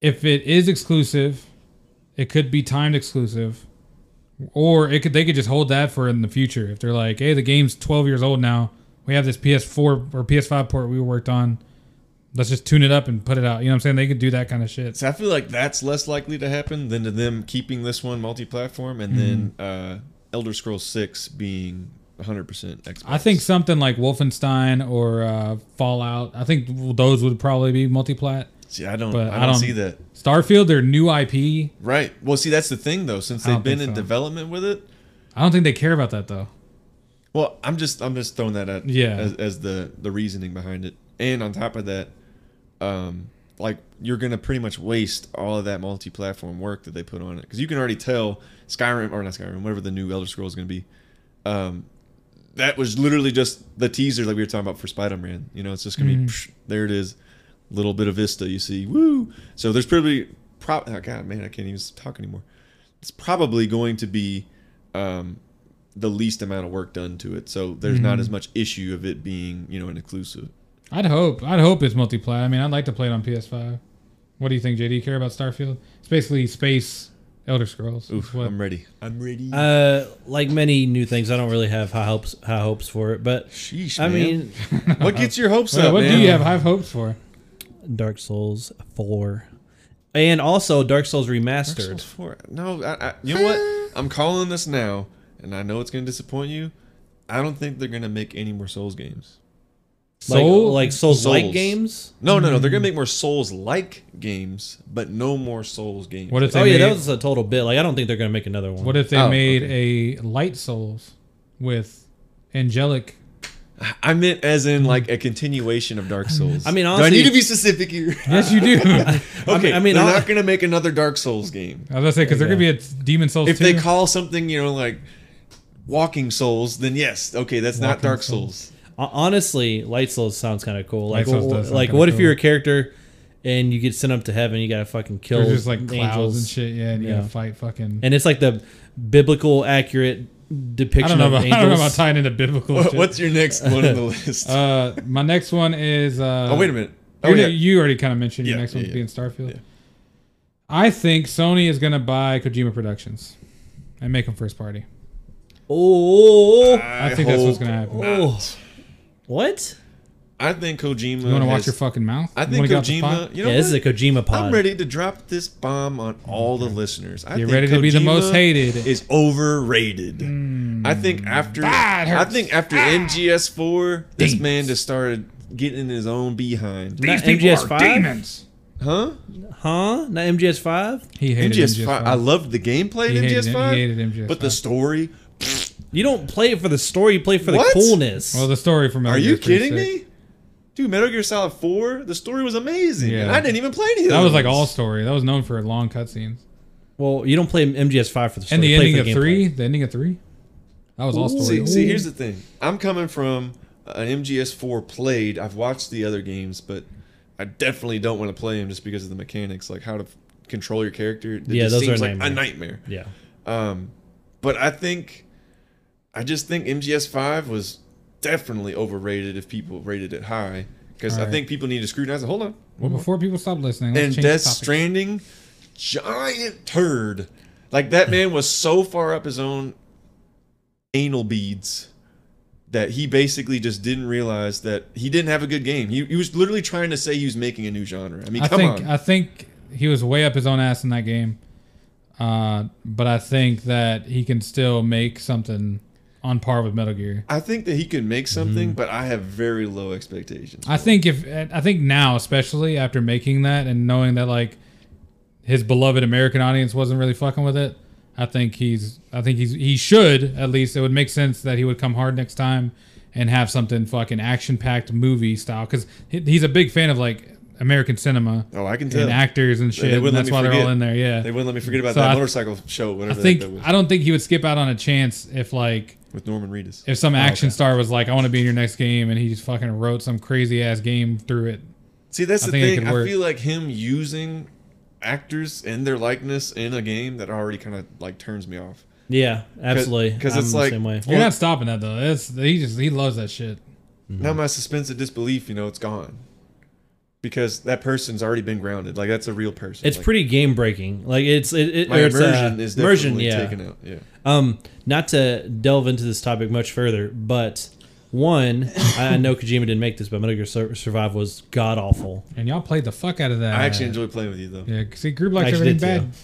Speaker 1: if it is exclusive, it could be timed exclusive, or it could they could just hold that for in the future if they're like, hey, the game's 12 years old now. We have this PS4 or PS5 port we worked on. Let's just tune it up and put it out. You know what I'm saying? They could do that kind of shit.
Speaker 2: So I feel like that's less likely to happen than to
Speaker 1: Mm-hmm.
Speaker 2: them keeping this one multi-platform and then uh, Elder Scrolls Six being 100 percent Xbox.
Speaker 1: I think something like Wolfenstein or uh, Fallout. I think those would probably be multiplat.
Speaker 2: See, I don't,
Speaker 1: but
Speaker 2: I
Speaker 1: I
Speaker 2: don't
Speaker 1: don't-
Speaker 2: see that.
Speaker 1: Starfield, their new IP.
Speaker 2: Right. Well, see, that's the thing though. Since
Speaker 1: I
Speaker 2: they've
Speaker 1: don't
Speaker 2: been
Speaker 1: think
Speaker 2: in
Speaker 1: so.
Speaker 2: development with it,
Speaker 1: I don't think they care about that though.
Speaker 2: Well, I'm just I'm just throwing that at
Speaker 1: Yeah.
Speaker 2: as, as the the reasoning behind it. And on top of that, um, like you're gonna pretty much waste all of that multi-platform work that they put on it because you can already tell Skyrim or not Skyrim, whatever the new Elder Scrolls is gonna be. Um, that was literally just the teaser like we were talking about for Spider-Man. You know, it's just gonna be psh, there. It is, little bit of vista you see. Woo! So there's probably prob oh god man I can't even talk anymore. It's probably going to be. Um, the least amount of work done to it. So there's not as much issue of it being, you know, an exclusive.
Speaker 1: I'd hope. I'd hope it's multiplat. I mean, I'd like to play it on PS5. What do you think, JD? You care about Starfield? It's basically space Elder Scrolls. is
Speaker 2: Oof,
Speaker 1: what-
Speaker 2: I'm ready. I'm ready.
Speaker 4: Uh, like many new things, I don't really have high hopes high hopes for it, but
Speaker 2: Sheesh,
Speaker 4: I
Speaker 2: man. (laughs)
Speaker 4: mean,
Speaker 2: what gets your hopes
Speaker 1: Wait,
Speaker 2: up,
Speaker 1: what
Speaker 2: man?
Speaker 1: do you have high hopes for?
Speaker 4: Dark Souls Four, and also Dark Souls Remastered.
Speaker 2: Dark Souls 4. No, I, I, you know what? I'm calling this now, and I know it's going to disappoint you. I don't think they're going to make any more Souls games.
Speaker 1: Soul-
Speaker 4: like, like Souls like
Speaker 2: Souls.
Speaker 4: games.
Speaker 2: No, no, no. They're going to make more Souls-like games, but no more Souls games.
Speaker 1: What if they
Speaker 4: oh yeah,
Speaker 1: made,
Speaker 4: that was a total bit. Like I don't think they're gonna make another one.
Speaker 1: What if they
Speaker 2: Oh,
Speaker 1: made a Light Souls with angelic?
Speaker 2: I meant as in like a continuation of Dark Souls.
Speaker 4: I mean,
Speaker 2: do I need
Speaker 4: honestly-
Speaker 2: to be specific here?
Speaker 1: Yes, you
Speaker 2: (laughs)
Speaker 1: do. I
Speaker 2: okay,
Speaker 4: I
Speaker 2: I mean,
Speaker 4: mean,
Speaker 2: they're
Speaker 4: hon-
Speaker 2: not going to make another Dark Souls game.
Speaker 1: was gonna say because there could be a Demon Souls
Speaker 2: if
Speaker 1: 2.
Speaker 2: they call something you know like walking souls then yes okay that's not
Speaker 1: Walking
Speaker 2: dark
Speaker 1: Souls. (laughs)
Speaker 2: souls,
Speaker 4: Hon- honestly, Light Souls sounds kind of cool. Like,
Speaker 1: Light Souls
Speaker 4: wh-
Speaker 1: does sound
Speaker 4: like
Speaker 1: kinda
Speaker 4: what if
Speaker 1: cool.
Speaker 4: you're a character and you get sent up to heaven? You gotta fucking kill
Speaker 1: There's just like clouds
Speaker 4: angels
Speaker 1: and shit. Yeah, and you
Speaker 4: Yeah.
Speaker 1: gotta fight fucking.
Speaker 4: And it's like the biblical accurate
Speaker 1: I don't
Speaker 4: depiction
Speaker 1: know.
Speaker 4: of
Speaker 1: About, I
Speaker 4: angels.
Speaker 1: don't know about tying into biblical.
Speaker 2: (laughs) What-
Speaker 1: shit.
Speaker 2: what's your next one
Speaker 1: (laughs)
Speaker 2: on the list
Speaker 1: uh, my next one is. Uh,
Speaker 2: oh wait a minute oh
Speaker 1: you,
Speaker 2: yeah
Speaker 1: you already kind of mentioned your
Speaker 2: Yeah,
Speaker 1: next
Speaker 2: yeah,
Speaker 1: one
Speaker 2: yeah.
Speaker 1: being Starfield.
Speaker 2: Yeah.
Speaker 1: I think Sony is gonna buy Kojima Productions and make them first party.
Speaker 4: oh,
Speaker 1: I think that's what's gonna
Speaker 2: hope
Speaker 1: happen.
Speaker 2: not.
Speaker 4: Oh. what?
Speaker 2: i think kojima
Speaker 1: You want to watch
Speaker 2: has-
Speaker 1: your fucking mouth?
Speaker 2: Uh, i
Speaker 1: You
Speaker 2: think
Speaker 1: wanna get out the pot?
Speaker 2: kojima you know
Speaker 4: yeah, this is a
Speaker 2: what?
Speaker 4: Kojima pod.
Speaker 2: i'm ready to drop this bomb on all the listeners I
Speaker 1: You're
Speaker 2: think
Speaker 1: ready to be the
Speaker 2: Kojima
Speaker 1: most hated.
Speaker 2: is overrated i think after
Speaker 1: Ah, it
Speaker 2: i
Speaker 1: hurts.
Speaker 2: think after mgs4 this
Speaker 1: Demons.
Speaker 2: man just started getting in his own behind
Speaker 4: Not MGS5?
Speaker 2: huh
Speaker 4: Huh? Not MGS Five?
Speaker 1: He hated
Speaker 2: mgs5
Speaker 1: MGS5.
Speaker 2: i loved the gameplay
Speaker 1: He
Speaker 2: in
Speaker 1: hated it.
Speaker 2: mgs5
Speaker 1: He hated MGS5.
Speaker 2: but the story
Speaker 4: You don't play it for the story. You play for the
Speaker 2: What?
Speaker 4: coolness.
Speaker 1: well, the story from Metal
Speaker 2: Are
Speaker 1: Gear
Speaker 2: you
Speaker 1: is pretty
Speaker 2: kidding
Speaker 1: sick.
Speaker 2: me? Dude, Metal Gear Solid 4, the story was amazing.
Speaker 1: Yeah.
Speaker 2: And I didn't even play any of
Speaker 1: That was like
Speaker 2: those.
Speaker 1: all story. That was known for long cutscenes.
Speaker 4: well, you don't play MGS Five for the story.
Speaker 1: And the
Speaker 4: you play
Speaker 1: ending
Speaker 4: for
Speaker 1: of
Speaker 4: the
Speaker 1: three,
Speaker 4: gameplay.
Speaker 1: the ending of three, that was all story.
Speaker 2: See, see, here's the thing. I'm coming from an MGS4 played. I've watched the other games, but I definitely don't want to play them just because of the mechanics, like how to f- control your character. It
Speaker 4: Yeah,
Speaker 2: just
Speaker 4: those are
Speaker 2: seems
Speaker 4: a
Speaker 2: like a nightmare.
Speaker 4: Yeah.
Speaker 2: Um, but I think, I just think MGS5 was definitely overrated if people rated it high. Because I
Speaker 1: Alright.
Speaker 2: think people need to scrutinize it. Hold on.
Speaker 1: well, before people stop listening, let's
Speaker 2: and
Speaker 1: change the
Speaker 2: Death
Speaker 1: topic.
Speaker 2: Stranding, giant turd. Like that man was so far up his own anal beads that he basically just didn't realize that he didn't have a good game. He, he was literally trying to say he was making a new genre. I mean,
Speaker 1: I
Speaker 2: come
Speaker 1: think
Speaker 2: on.
Speaker 1: I think he was way up his own ass in that game, uh, but I think that he can still make something on par with Metal Gear.
Speaker 2: I think that he could make something, but I have very low expectations.
Speaker 1: Mm-hmm. I think if I think now, especially after making that and knowing that like his beloved American audience wasn't really fucking with it, I think he's I think he's he should at least it would make sense that he would come hard next time and have something fucking action packed movie style because he's a big fan of like American cinema
Speaker 2: oh, I can tell.
Speaker 1: and actors and shit.
Speaker 2: wouldn't
Speaker 1: And
Speaker 2: let
Speaker 1: that's
Speaker 2: me
Speaker 1: why they're all
Speaker 2: forget.
Speaker 1: in there. Yeah,
Speaker 2: They wouldn't let me forget about
Speaker 1: So
Speaker 2: that
Speaker 1: I-
Speaker 2: motorcycle show,
Speaker 1: I
Speaker 2: whatever
Speaker 1: think
Speaker 2: that, that was,
Speaker 1: I don't think he would skip out on a chance if like
Speaker 2: with Norman Reedus.
Speaker 1: if some action star was like, I want to be in your next game, and he just fucking wrote some crazy ass game through it.
Speaker 2: See, that's
Speaker 1: I
Speaker 2: the
Speaker 1: think it
Speaker 2: thing.
Speaker 1: could
Speaker 2: I
Speaker 1: work.
Speaker 2: feel like him using actors and their likeness in a game that already kind of like turns me off.
Speaker 4: Yeah. Absolutely.
Speaker 2: 'cause it's
Speaker 4: I'm
Speaker 2: like-
Speaker 4: the same way.
Speaker 1: You're not stopping that though. That's he just he loves that shit.
Speaker 2: Now my suspense of disbelief, you know, it's gone because that person's already been grounded. Like that's a real person.
Speaker 4: It's
Speaker 2: Like,
Speaker 4: pretty game breaking. Like it's it, it
Speaker 2: My
Speaker 4: or it's, uh,
Speaker 2: immersion is
Speaker 4: immersion,
Speaker 2: definitely
Speaker 4: yeah.
Speaker 2: taken out. Yeah.
Speaker 4: Um, not to delve into this topic much further, but one, I I know Kojima didn't make this, but Metal Gear Sur- Survive was god awful.
Speaker 1: And y'all played the fuck out of that.
Speaker 2: I actually enjoy playing with you though.
Speaker 1: yeah. See, group likes
Speaker 4: actually
Speaker 1: everything
Speaker 4: did
Speaker 1: bad.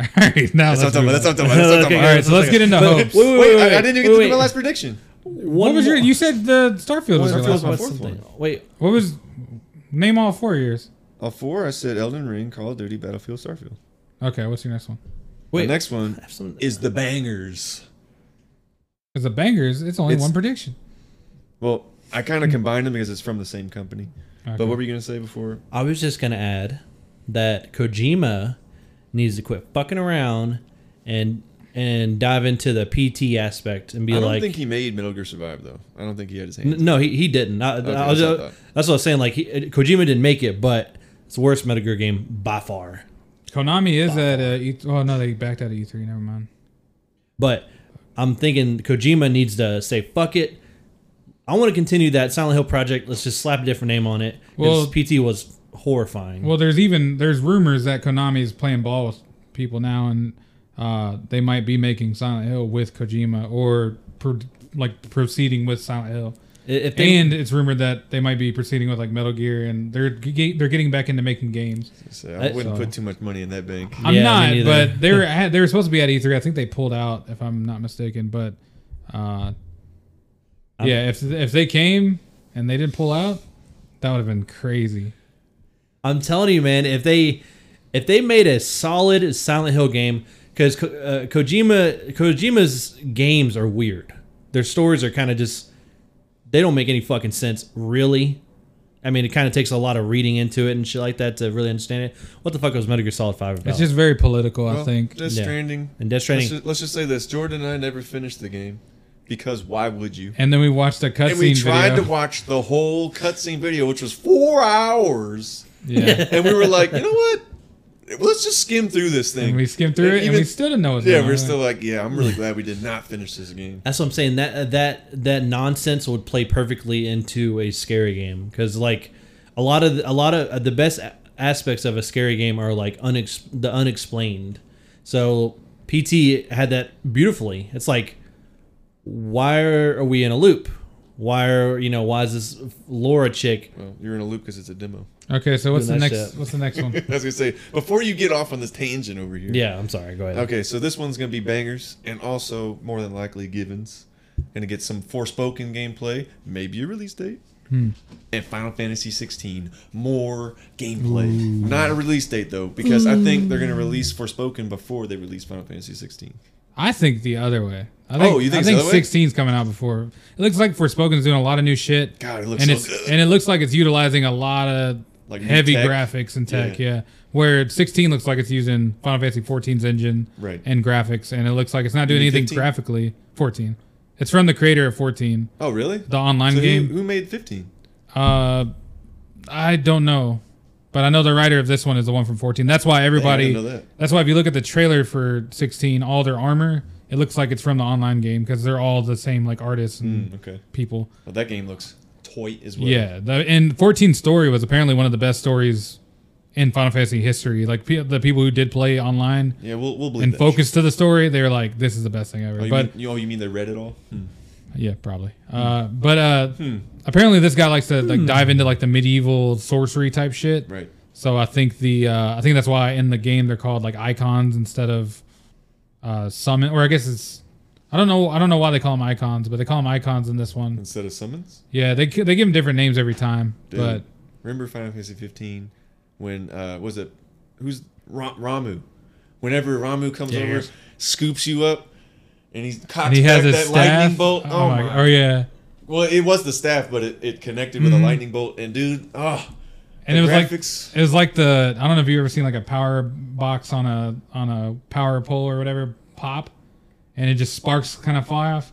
Speaker 1: (laughs) All right, now
Speaker 2: That's,
Speaker 1: let's
Speaker 2: what I'm
Speaker 1: move
Speaker 2: talking about. That's
Speaker 1: on.
Speaker 2: what I'm talking about. That's what I'm talking
Speaker 1: All
Speaker 2: about.
Speaker 1: right, so let's get into hopes.
Speaker 2: Wait, I, I didn't even get to do my last prediction.
Speaker 1: What was your? You said the Starfield was your last
Speaker 2: Starfield was
Speaker 1: one.
Speaker 2: my
Speaker 4: about
Speaker 2: fourth
Speaker 4: something.
Speaker 2: one.
Speaker 4: Wait,
Speaker 1: What was? Name all four years.
Speaker 2: All four, I said Elden Ring, Call of Duty, Battlefield, Starfield.
Speaker 1: Okay, what's your next one?
Speaker 2: Wait,
Speaker 4: Wait.
Speaker 2: the next one
Speaker 4: I have some-
Speaker 2: is the bangers.
Speaker 1: Because the bangers, it's only
Speaker 2: It's-
Speaker 1: one prediction.
Speaker 2: Well, I kind of combined them because it's from the same company.
Speaker 1: Okay.
Speaker 2: But what were you gonna say before?
Speaker 4: I was just gonna add that Kojima needs to quit fucking around and and dive into the PT aspect and be
Speaker 2: I don't
Speaker 4: like,
Speaker 2: think he made Metal Gear Survive though. I don't think he had his hands.
Speaker 4: N- no, he, he didn't. I,
Speaker 2: Okay,
Speaker 4: I
Speaker 2: that's
Speaker 4: was,
Speaker 2: what I
Speaker 4: uh,
Speaker 2: thought.
Speaker 4: that's what I was saying. Like he, Kojima didn't make it, but it's the worst Metal Gear game by far.
Speaker 1: Konami is at uh, E. Oh no, they backed out of E three. Never mind.
Speaker 4: But I'm thinking Kojima needs to say fuck it. I want to continue that Silent Hill project. Let's just slap a different name on it.
Speaker 1: Well-
Speaker 4: 'Cause PT was horrifying.
Speaker 1: Well, there's even there's rumors that Konami is playing ball with people now, and uh, they might be making Silent Hill with Kojima or pro- like proceeding with Silent Hill.
Speaker 4: I- if they,
Speaker 1: and it's rumored that they might be proceeding with like Metal Gear, and they're ge- they're getting back into making games.
Speaker 2: So I
Speaker 4: I-
Speaker 2: wouldn't
Speaker 1: so-
Speaker 2: put too much money in that bank.
Speaker 1: I'm
Speaker 4: Yeah, me
Speaker 1: not,
Speaker 4: neither.
Speaker 1: but
Speaker 4: (laughs)
Speaker 1: they were at, they were supposed to be at E3. I think they pulled out, if I'm not mistaken. But uh, yeah, if if they came and they didn't pull out, that would have been crazy.
Speaker 4: I'm telling you, man, if they if they made a solid Silent Hill game, because Ko- uh, Kojima Kojima's games are weird. Their stories are kind of just they don't make any fucking sense, really. I mean, it kind of takes a lot of reading into it and shit like that to really understand it. What the fuck was Metal Gear Solid Five about?
Speaker 1: It's just very political, I think.
Speaker 2: Death
Speaker 4: Yeah.
Speaker 2: Stranding.
Speaker 4: and Death
Speaker 2: Let's
Speaker 4: Stranding.
Speaker 2: just, let's just say this: Jordan and I never finished the game because why would you?
Speaker 1: And then we watched a
Speaker 2: And we
Speaker 1: cutscene
Speaker 2: tried
Speaker 1: video.
Speaker 2: to watch the whole cutscene video, which was four hours,
Speaker 1: yeah.
Speaker 2: and we were like, you know what? Let's just skim through this thing.
Speaker 1: and we skimmed through it, and we
Speaker 2: even-
Speaker 1: still didn't know what's
Speaker 2: yeah,
Speaker 1: going
Speaker 2: we're
Speaker 1: on.
Speaker 2: still like, yeah, I'm
Speaker 4: (laughs)
Speaker 2: really glad we did not finish this game.
Speaker 4: That's what I'm saying. That uh, that that nonsense would play perfectly into a scary game because like a lot of a lot of uh, the best a- aspects of a scary game are like unex the unexplained. So PT had that beautifully. It's like why are we in a loop? Why are you know why is this Laura chick?
Speaker 2: Well, you're in a loop because it's a demo. (laughs)
Speaker 1: okay, so what's the
Speaker 4: Doing that
Speaker 1: next?
Speaker 4: shit.
Speaker 1: What's the next one?
Speaker 2: I was gonna say before you get off on this tangent over here.
Speaker 4: Yeah, I'm sorry. Go ahead.
Speaker 2: Okay, so this one's gonna be bangers, and also more than likely givens. Gonna get some Forspoken gameplay, maybe a release date,
Speaker 1: Hmm.
Speaker 2: and Final Fantasy 16 more gameplay. Not a release date though, because I think they're gonna
Speaker 1: Hmm.
Speaker 2: release Forspoken before they release Final Fantasy 16.
Speaker 1: I think the other way. I think,
Speaker 2: Oh, you think
Speaker 1: I
Speaker 2: it's
Speaker 1: think
Speaker 2: the other way?
Speaker 1: 16's coming out before. It looks like Forspoken's doing a lot of new shit.
Speaker 2: God, it looks
Speaker 1: and
Speaker 2: so
Speaker 1: it's,
Speaker 2: good.
Speaker 1: And it looks like it's utilizing a lot of
Speaker 2: Like new
Speaker 1: heavy
Speaker 2: tech?
Speaker 1: graphics and tech, yeah.
Speaker 2: Yeah.
Speaker 1: Where 16 looks like it's using Final Fantasy 14's engine
Speaker 2: Right.
Speaker 1: and graphics, and it looks like it's not doing
Speaker 2: mean
Speaker 1: anything
Speaker 2: 15?
Speaker 1: graphically. 14. It's from the creator of 14,
Speaker 2: Oh really?
Speaker 1: the online
Speaker 2: So who,
Speaker 1: game.
Speaker 2: who made 15?
Speaker 1: Uh, I don't know, but I know the writer of this one is the one from 14. That's why everybody.
Speaker 2: Dang, I didn't know that.
Speaker 1: That's why if you look at the trailer for 16, all their armor, it looks like it's from the online game because they're all the same like artists and
Speaker 2: Okay.
Speaker 1: people.
Speaker 2: Well, that game looks toy as well.
Speaker 1: Yeah, the, and 14 story was apparently one of the best stories in Final Fantasy history. Like pe- the people who did play online
Speaker 2: Yeah, we'll we'll believe
Speaker 1: and
Speaker 2: that.
Speaker 1: focused to the story, they were like, "This is the best thing ever."
Speaker 2: Oh, you,
Speaker 1: but
Speaker 2: mean, Hmm. you, oh, you mean they read it all?
Speaker 1: Yeah, probably. Uh, but uh,
Speaker 2: Hmm.
Speaker 1: apparently this guy likes to like dive into like the medieval sorcery type shit.
Speaker 2: Right.
Speaker 1: So I think the uh, I think that's why in the game they're called like icons instead of uh, summon. Or I guess it's I don't know I don't know why they call them icons, but they call them icons in this one.
Speaker 2: Instead of summons?
Speaker 1: Yeah, they they give them different names every time.
Speaker 2: Hmm. Dude,
Speaker 1: But
Speaker 2: remember Final Fantasy 15 when uh was it who's Ra- Ramu? Whenever Ramu comes
Speaker 1: Yeah.
Speaker 2: over, scoops you up, and he cocks
Speaker 1: and he
Speaker 2: back
Speaker 1: has his
Speaker 2: that
Speaker 1: staff.
Speaker 2: lightning bolt. Oh, my!
Speaker 1: Oh yeah,
Speaker 2: Well, it was the staff, but it, it connected with a lightning bolt, and dude, oh,
Speaker 1: Mm-hmm. and
Speaker 2: the
Speaker 1: it was
Speaker 2: graphics.
Speaker 1: like it was like the I don't know if you ever seen like a power box on a on a power pole or whatever pop, and it just sparks kind of fly off.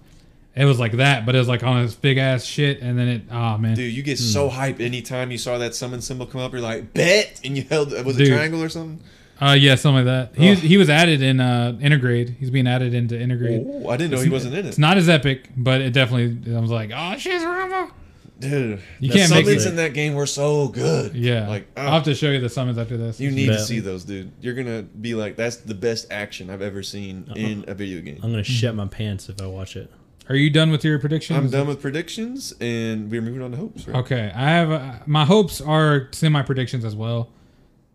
Speaker 1: It was like that, but it was like on this big ass shit, and then it oh man,
Speaker 2: dude, you get so hype anytime you saw that summon symbol come up. You're like, bet, and you held was
Speaker 1: Dude.
Speaker 2: it triangle or something?
Speaker 1: uh yeah, something like that. He was,
Speaker 2: Ugh.
Speaker 1: he was added in uh Intergrade. He's being added into Intergrade.
Speaker 2: Oh, I didn't know he wasn't in
Speaker 1: It's
Speaker 2: it,
Speaker 1: not as epic, but it definitely. I was like, oh, she's Rama.
Speaker 2: dude.
Speaker 1: You
Speaker 2: the
Speaker 1: can't make
Speaker 2: summons
Speaker 1: it.
Speaker 2: in that game were so good.
Speaker 1: Yeah,
Speaker 2: like
Speaker 1: I'll
Speaker 2: oh.
Speaker 1: have to show you the summons after this.
Speaker 2: You need
Speaker 4: Yeah.
Speaker 2: to see those, dude. You're gonna be like, that's the best action I've ever seen
Speaker 1: Uh-huh.
Speaker 2: in a video game.
Speaker 4: I'm gonna shit my pants if I watch it.
Speaker 1: Are you done with your predictions?
Speaker 2: I'm done with predictions, and we're moving on to hopes. Right?
Speaker 1: Okay, I have uh, my hopes are semi predictions as well,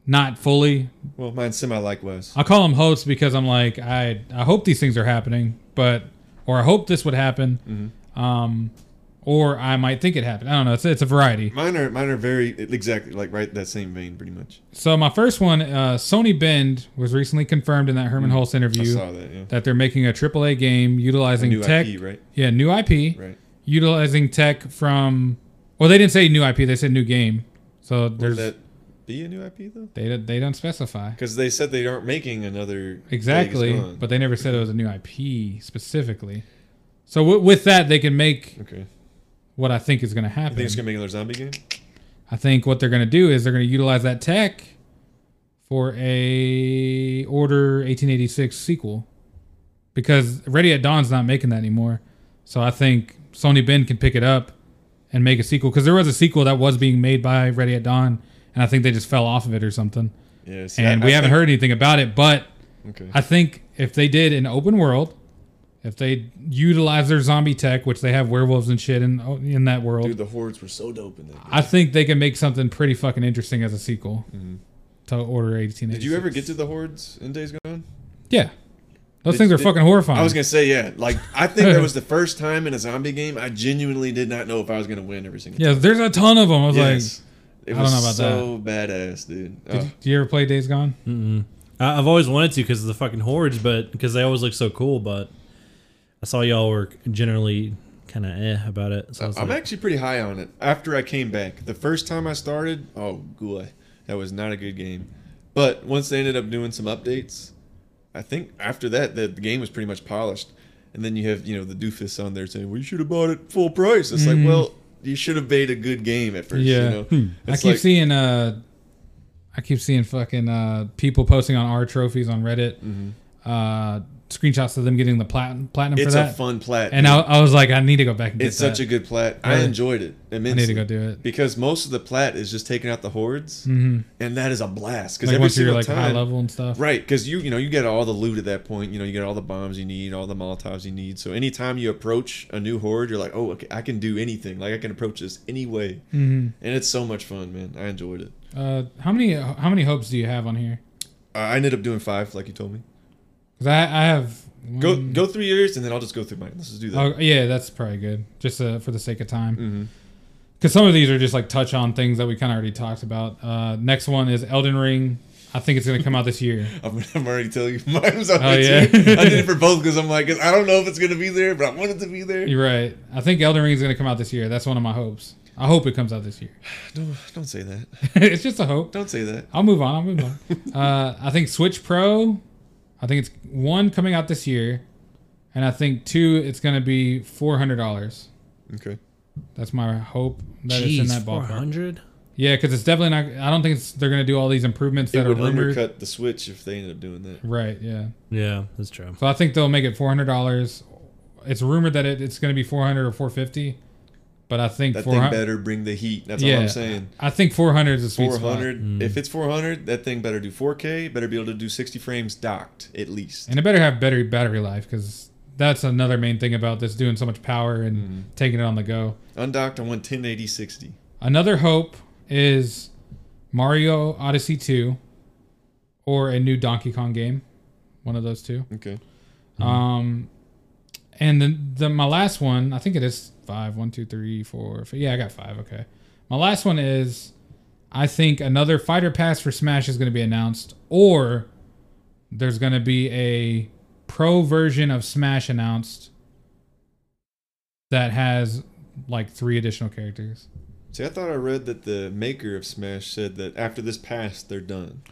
Speaker 1: not fully,
Speaker 2: Well, mine's semi likewise.
Speaker 1: I call them hopes because I'm like I I hope these things are happening, but or I hope this would happen.
Speaker 2: Mm-hmm.
Speaker 1: um, or I might think it happened. I don't know. It's it's a variety.
Speaker 2: Mine are mine are very exactly like right that same vein, pretty much.
Speaker 1: So my first one, uh, Sony Bend was recently confirmed in that Herman Hulse
Speaker 2: Mm, I
Speaker 1: interview
Speaker 2: saw that. Yeah.
Speaker 1: that they're making a AAA game utilizing
Speaker 2: New
Speaker 1: tech.
Speaker 2: IP, right?
Speaker 1: Yeah, new IP.
Speaker 2: Right.
Speaker 1: Utilizing tech from. Well, they didn't say new IP. They said new game. So
Speaker 2: Would
Speaker 1: there's
Speaker 2: that be a new IP though?
Speaker 1: they don't- they don't specify
Speaker 2: Because they said they aren't making another.
Speaker 1: exactly, but they never said it was a new IP specifically. So w- with that, they can make
Speaker 2: okay.
Speaker 1: what I think is going to
Speaker 2: I
Speaker 1: happen.
Speaker 2: think it's gonna make another zombie game.
Speaker 1: I think what they're going to do is they're going to utilize that tech for a Order 1886 sequel because Ready at Dawn's not making that anymore. So I think Sony Ben can pick it up and make a sequel because there was a sequel that was being made by Ready at Dawn, and I think they just fell off of it or something.
Speaker 2: Yeah. see,
Speaker 1: And
Speaker 2: I-
Speaker 1: we
Speaker 2: I
Speaker 1: haven't
Speaker 2: think-
Speaker 1: heard anything about it, but
Speaker 2: Okay.
Speaker 1: I think if they did an open world, if they utilize their zombie tech, which they have werewolves and shit in in that world,
Speaker 2: Dude, the hordes were so dope in that. game.
Speaker 1: I think they can make something pretty fucking interesting as a sequel to Order 1886.
Speaker 2: Did you ever get to the hordes in Days Gone?
Speaker 1: Yeah. Those
Speaker 2: Did-
Speaker 1: things are
Speaker 2: did-
Speaker 1: fucking horrifying.
Speaker 2: I was gonna say yeah. Like I think
Speaker 1: (laughs)
Speaker 2: that was the first time in a zombie game I genuinely did not know if I was gonna win every single.
Speaker 1: yeah, there's a ton of them. I was
Speaker 2: Yes. it
Speaker 1: I don't
Speaker 2: was
Speaker 1: know about
Speaker 2: so badass, dude. Oh,
Speaker 1: like, did, you ever play Days Gone?
Speaker 4: I, I've always wanted to because of the fucking hordes, but because they always look so cool. But I saw y'all were generally kind of eh about it. So I was
Speaker 2: Uh, I'm
Speaker 4: like,
Speaker 2: actually pretty high on it. After I came back, the first time I started, oh boy, that was not a good game. But once they ended up doing some updates, I think after that the, the game was pretty much polished. And then you have you know the doofus on there saying, "Well, you should have bought it full price." It's like, well, you should have made a good game at first.
Speaker 1: Mm-hmm. Yeah. Hmm.
Speaker 2: you know?
Speaker 1: I
Speaker 2: It's
Speaker 1: keep
Speaker 2: like-
Speaker 1: seeing uh I keep seeing fucking uh people posting on our trophies on Reddit uh screenshots of them getting the platinum platinum for
Speaker 2: Mm-hmm. it's
Speaker 1: that.
Speaker 2: a fun plat.
Speaker 1: and
Speaker 2: dude.
Speaker 1: I, I was like I need to go back and get
Speaker 2: It's such a good plat. I
Speaker 1: Really?
Speaker 2: enjoyed it
Speaker 1: I
Speaker 2: immensely.
Speaker 1: need to go do it.
Speaker 2: Because most of the plat is just taking out the hordes, and that is a blast.
Speaker 1: Mm-hmm. Like
Speaker 2: Because every
Speaker 1: once
Speaker 2: single
Speaker 1: you're like high
Speaker 2: time,
Speaker 1: level and stuff.
Speaker 2: right? Because you you know you get all the loot at that point. You know you get all the bombs you need, all the molotovs you need. So anytime you approach a new horde, you're like, oh, okay, I can do anything. Like I can approach this any way,
Speaker 1: Mm.
Speaker 2: and it's so much fun, man. I enjoyed it.
Speaker 1: Mm-hmm. Uh how many how many hopes do you have on here?
Speaker 2: I I ended up doing five, like you told me.
Speaker 1: Cuz I I have
Speaker 2: Go
Speaker 1: one-
Speaker 2: go through yours, and then I'll just go through mine. Let's just do that.
Speaker 1: Mm. Oh, yeah, that's probably good. Just uh, for the sake of time. Because some of these are just like touch on things that we kind of already talked about. Uh, next one is Elden Ring. I think it's going to come out this year.
Speaker 2: (laughs) I'm, I'm already telling you, (laughs) mine was on
Speaker 1: Oh,
Speaker 2: the
Speaker 1: yeah?
Speaker 2: tube. I
Speaker 1: (laughs)
Speaker 2: did it for both because I'm like, 'cause I don't know if it's gonna be there, but I want it to be there.
Speaker 1: You're right. I think Elden Ring is going to come out this year. That's one of my hopes. I hope it comes out this year. (laughs)
Speaker 2: Don't don't say that.
Speaker 1: it's just a hope.
Speaker 2: Don't say that.
Speaker 1: I'll move on. I'll move on. uh, I think Switch Pro. I think it's one coming out this year, and I think two. It's going to be four hundred dollars.
Speaker 2: Okay.
Speaker 1: That's my hope that it's in
Speaker 4: jeez,
Speaker 1: that
Speaker 4: four
Speaker 1: ballpark.
Speaker 4: hundred.
Speaker 1: Yeah, because it's definitely not. I don't think it's, they're going to do all these improvements that
Speaker 2: It
Speaker 1: are
Speaker 2: would
Speaker 1: rumored.
Speaker 2: undercut the Switch if they ended up doing that.
Speaker 1: Right. Yeah.
Speaker 4: Yeah, that's true.
Speaker 1: So I think they'll make it four hundred dollars. It's rumored that it, it's going to be four hundred or four fifty, but I think
Speaker 2: That
Speaker 1: four
Speaker 2: thing
Speaker 1: hundred.
Speaker 2: better bring the heat. That's
Speaker 1: Yeah,
Speaker 2: all I'm saying.
Speaker 1: I think four hundred is a Mm. sweet spot.
Speaker 2: 400. If it's 400, that thing better do 4K. Better be able to do 60 frames docked at least.
Speaker 1: and it better have better battery life because that's another main thing about this doing so much power and
Speaker 2: Mm-hmm.
Speaker 1: taking it on the go.
Speaker 2: Undocked, I want 1080 60.
Speaker 1: Another hope is Mario Odyssey two, or a new Donkey Kong game, one of those two.
Speaker 2: Okay.
Speaker 1: Um, and then the my last one, I think it is five, one, two, three, four, five. Yeah, I got five. Okay. My last one is, I think another fighter pass for Smash is going to be announced, or there's going to be a pro version of Smash announced that has like three additional characters.
Speaker 2: See, I thought I read that the maker of Smash said that after this pass, they're done.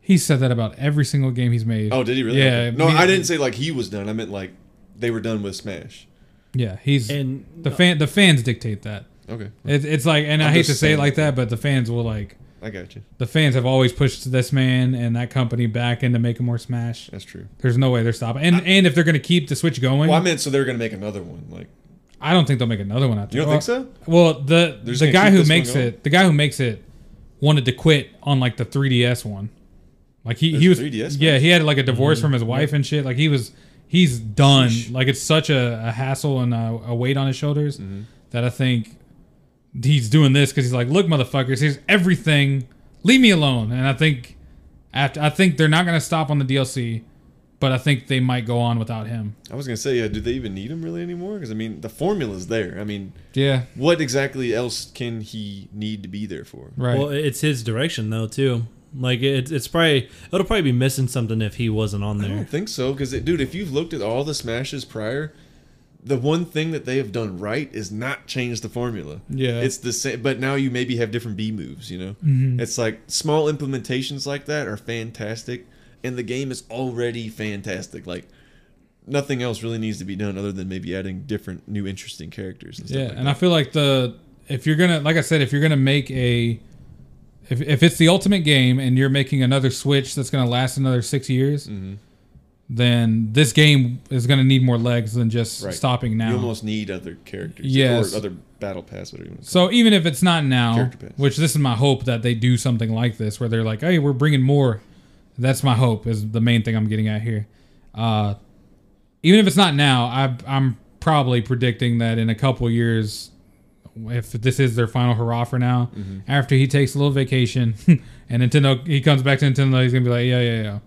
Speaker 1: He said that about every single game he's made.
Speaker 2: Oh, did he really?
Speaker 1: Yeah,
Speaker 2: Okay. No,
Speaker 1: me-
Speaker 2: I didn't say like he was done. I meant like they were done with Smash.
Speaker 1: yeah, he's
Speaker 4: And
Speaker 1: the fan. The fans dictate that.
Speaker 2: Okay.
Speaker 1: It's it's like, and i
Speaker 2: I'm
Speaker 1: hate
Speaker 2: just
Speaker 1: to say it
Speaker 2: saying.
Speaker 1: like that, but the fans will like
Speaker 2: I got you.
Speaker 1: the fans have always pushed this man and that company back into making more Smash.
Speaker 2: That's true.
Speaker 1: There's no way they're stopping. And and if they're going to keep the Switch going,
Speaker 2: Well, I meant so they were gonna make another one. Like
Speaker 1: I don't think they'll make another one after.
Speaker 2: you don't
Speaker 1: well,
Speaker 2: think so?
Speaker 1: Well, the
Speaker 2: They're just
Speaker 1: the
Speaker 2: gonna
Speaker 1: guy
Speaker 2: keep
Speaker 1: who
Speaker 2: this one
Speaker 1: makes
Speaker 2: going?
Speaker 1: it, the guy who makes it, wanted to quit on like the 3DS one. Like he
Speaker 2: There's
Speaker 1: he was
Speaker 2: 3DS
Speaker 1: yeah he had like a divorce
Speaker 2: Mm-hmm.
Speaker 1: from his wife and shit. Like he was he's done. Like it's such a, a hassle and a, a weight on his shoulders
Speaker 2: Mm-hmm.
Speaker 1: that I think he's doing this because he's like, look, motherfuckers, here's everything. Leave me alone. And I think after I think they're not gonna stop on the DLC, but I think they might go on without him.
Speaker 2: I was gonna say, yeah, do they even need him really anymore? Because I mean, the formula's there. I mean,
Speaker 1: Yeah,
Speaker 2: what exactly else can he need to be there for?
Speaker 1: right.
Speaker 4: Well, it's his direction though too. Like it, it's probably it'll probably be missing something if he wasn't on
Speaker 2: I
Speaker 4: there.
Speaker 2: don't think so, because dude, if you've looked at all the smashes prior, the one thing that they have done right is not change the formula.
Speaker 1: Yeah.
Speaker 2: it's the same, but now you maybe have different B moves. You know,
Speaker 1: Mhm.
Speaker 2: it's like small implementations like that are fantastic, and the game is already fantastic. Like nothing else really needs to be done other than maybe adding different, new, interesting characters. And stuff
Speaker 1: yeah,
Speaker 2: like
Speaker 1: and I feel like the if you're gonna like I said, if you're gonna make a if, if it's the ultimate game and you're making another Switch that's gonna last another six years,
Speaker 2: Mm-hmm.
Speaker 1: then this game is gonna need more legs than just
Speaker 2: Right.
Speaker 1: stopping now.
Speaker 2: You almost need other characters.
Speaker 1: Yes.
Speaker 2: Or other battle pass, whatever you want to say.
Speaker 1: So even if it's not now,
Speaker 2: Character pass.
Speaker 1: which this is my hope that they do something like this, where they're like, "Hey, we're bringing more." That's my hope. Is the main thing I'm getting at here. Uh, even if it's not now, I, I'm probably predicting that in a couple years, if this is their final hurrah for now, after he takes a little vacation (laughs) and Nintendo, he comes back to Nintendo, he's gonna be like, "Yeah, yeah, yeah."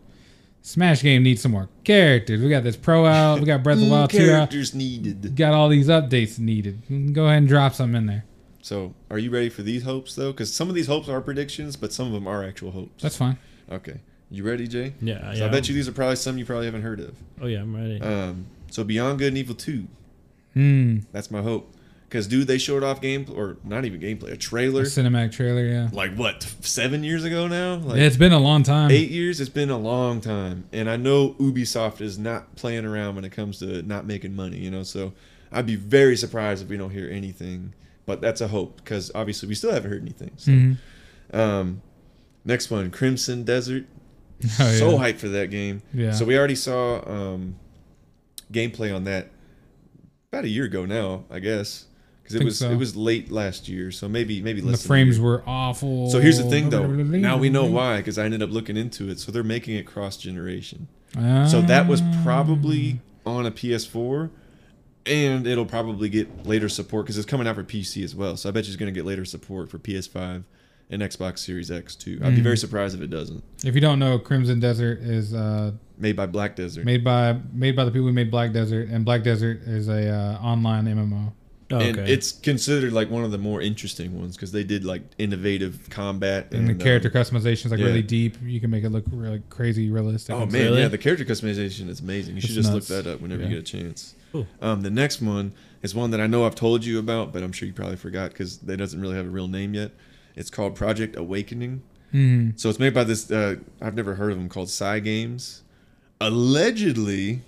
Speaker 1: Smash game needs some more characters. We got this pro out. We got Breath of the
Speaker 2: New
Speaker 1: Wild 2 out.
Speaker 2: characters needed.
Speaker 1: Got all these updates needed. Go ahead and drop some in there.
Speaker 2: So, are you ready for these hopes, though? Because some of these hopes are predictions, but some of them are actual hopes.
Speaker 1: That's fine.
Speaker 2: Okay. You ready, Jay?
Speaker 4: Yeah,
Speaker 2: Oh. So
Speaker 4: yeah.
Speaker 2: I bet you these are probably some you probably haven't heard of.
Speaker 4: Oh yeah, I'm ready.
Speaker 2: Um, so, Beyond Good and Evil 2.
Speaker 1: Hmm.
Speaker 2: That's my hope. Because, dude, they showed off game or not even gameplay, a trailer.
Speaker 1: A cinematic trailer, yeah.
Speaker 2: Like, what, seven years ago now? Like,
Speaker 1: it's been a long time.
Speaker 2: eight years? It's been a long time. And I know Ubisoft is not playing around when it comes to not making money, you know? So, I'd be very surprised if we don't hear anything. But that's a hope because obviously we still haven't heard anything. So.
Speaker 1: Mhm.
Speaker 2: Um, next one, Crimson Desert.
Speaker 1: Oh, yeah.
Speaker 2: so hyped for that game.
Speaker 1: Yeah.
Speaker 2: So we already saw um, gameplay on that about a year ago now, I guess, because it
Speaker 1: Think
Speaker 2: was
Speaker 1: so.
Speaker 2: it was late last year, so maybe maybe
Speaker 1: the
Speaker 2: less. than a
Speaker 1: frames
Speaker 2: year.
Speaker 1: were awful.
Speaker 2: So here's the thing, though. Now we know why, because I ended up looking into it. So they're making it cross generation.
Speaker 1: Ah.
Speaker 2: So that was probably on a PS4, and it'll probably get later support because it's coming out for PC as well. So I bet you it's going to get later support for PS5 and Xbox Series X too. I'd be
Speaker 1: Mm.
Speaker 2: very surprised if it doesn't.
Speaker 1: If you don't know, Crimson Desert is uh,
Speaker 2: Made by Black Desert.
Speaker 1: made by made by the people who made Black Desert, and Black Desert is a uh, online MMO.
Speaker 4: oh, okay.
Speaker 2: And it's considered like one of the more interesting ones because they did like innovative combat
Speaker 1: And, the character
Speaker 2: um,
Speaker 1: customizations like
Speaker 2: yeah.
Speaker 1: really deep. You can make it look really crazy realistic.
Speaker 2: Oh
Speaker 1: and
Speaker 2: man,
Speaker 4: Really?
Speaker 2: yeah, the character customization is amazing. You should
Speaker 1: It's
Speaker 2: just
Speaker 1: nuts.
Speaker 2: look that up whenever
Speaker 1: Yeah.
Speaker 2: you get a chance.
Speaker 4: Cool.
Speaker 2: Um, the next one is one that I know I've told you about, but I'm sure you probably forgot because that doesn't really have a real name yet. It's called Project Awakening.
Speaker 1: stuff. Mhm.
Speaker 2: So it's made by this. Uh, I've never heard of them called Psy Games. Allegedly,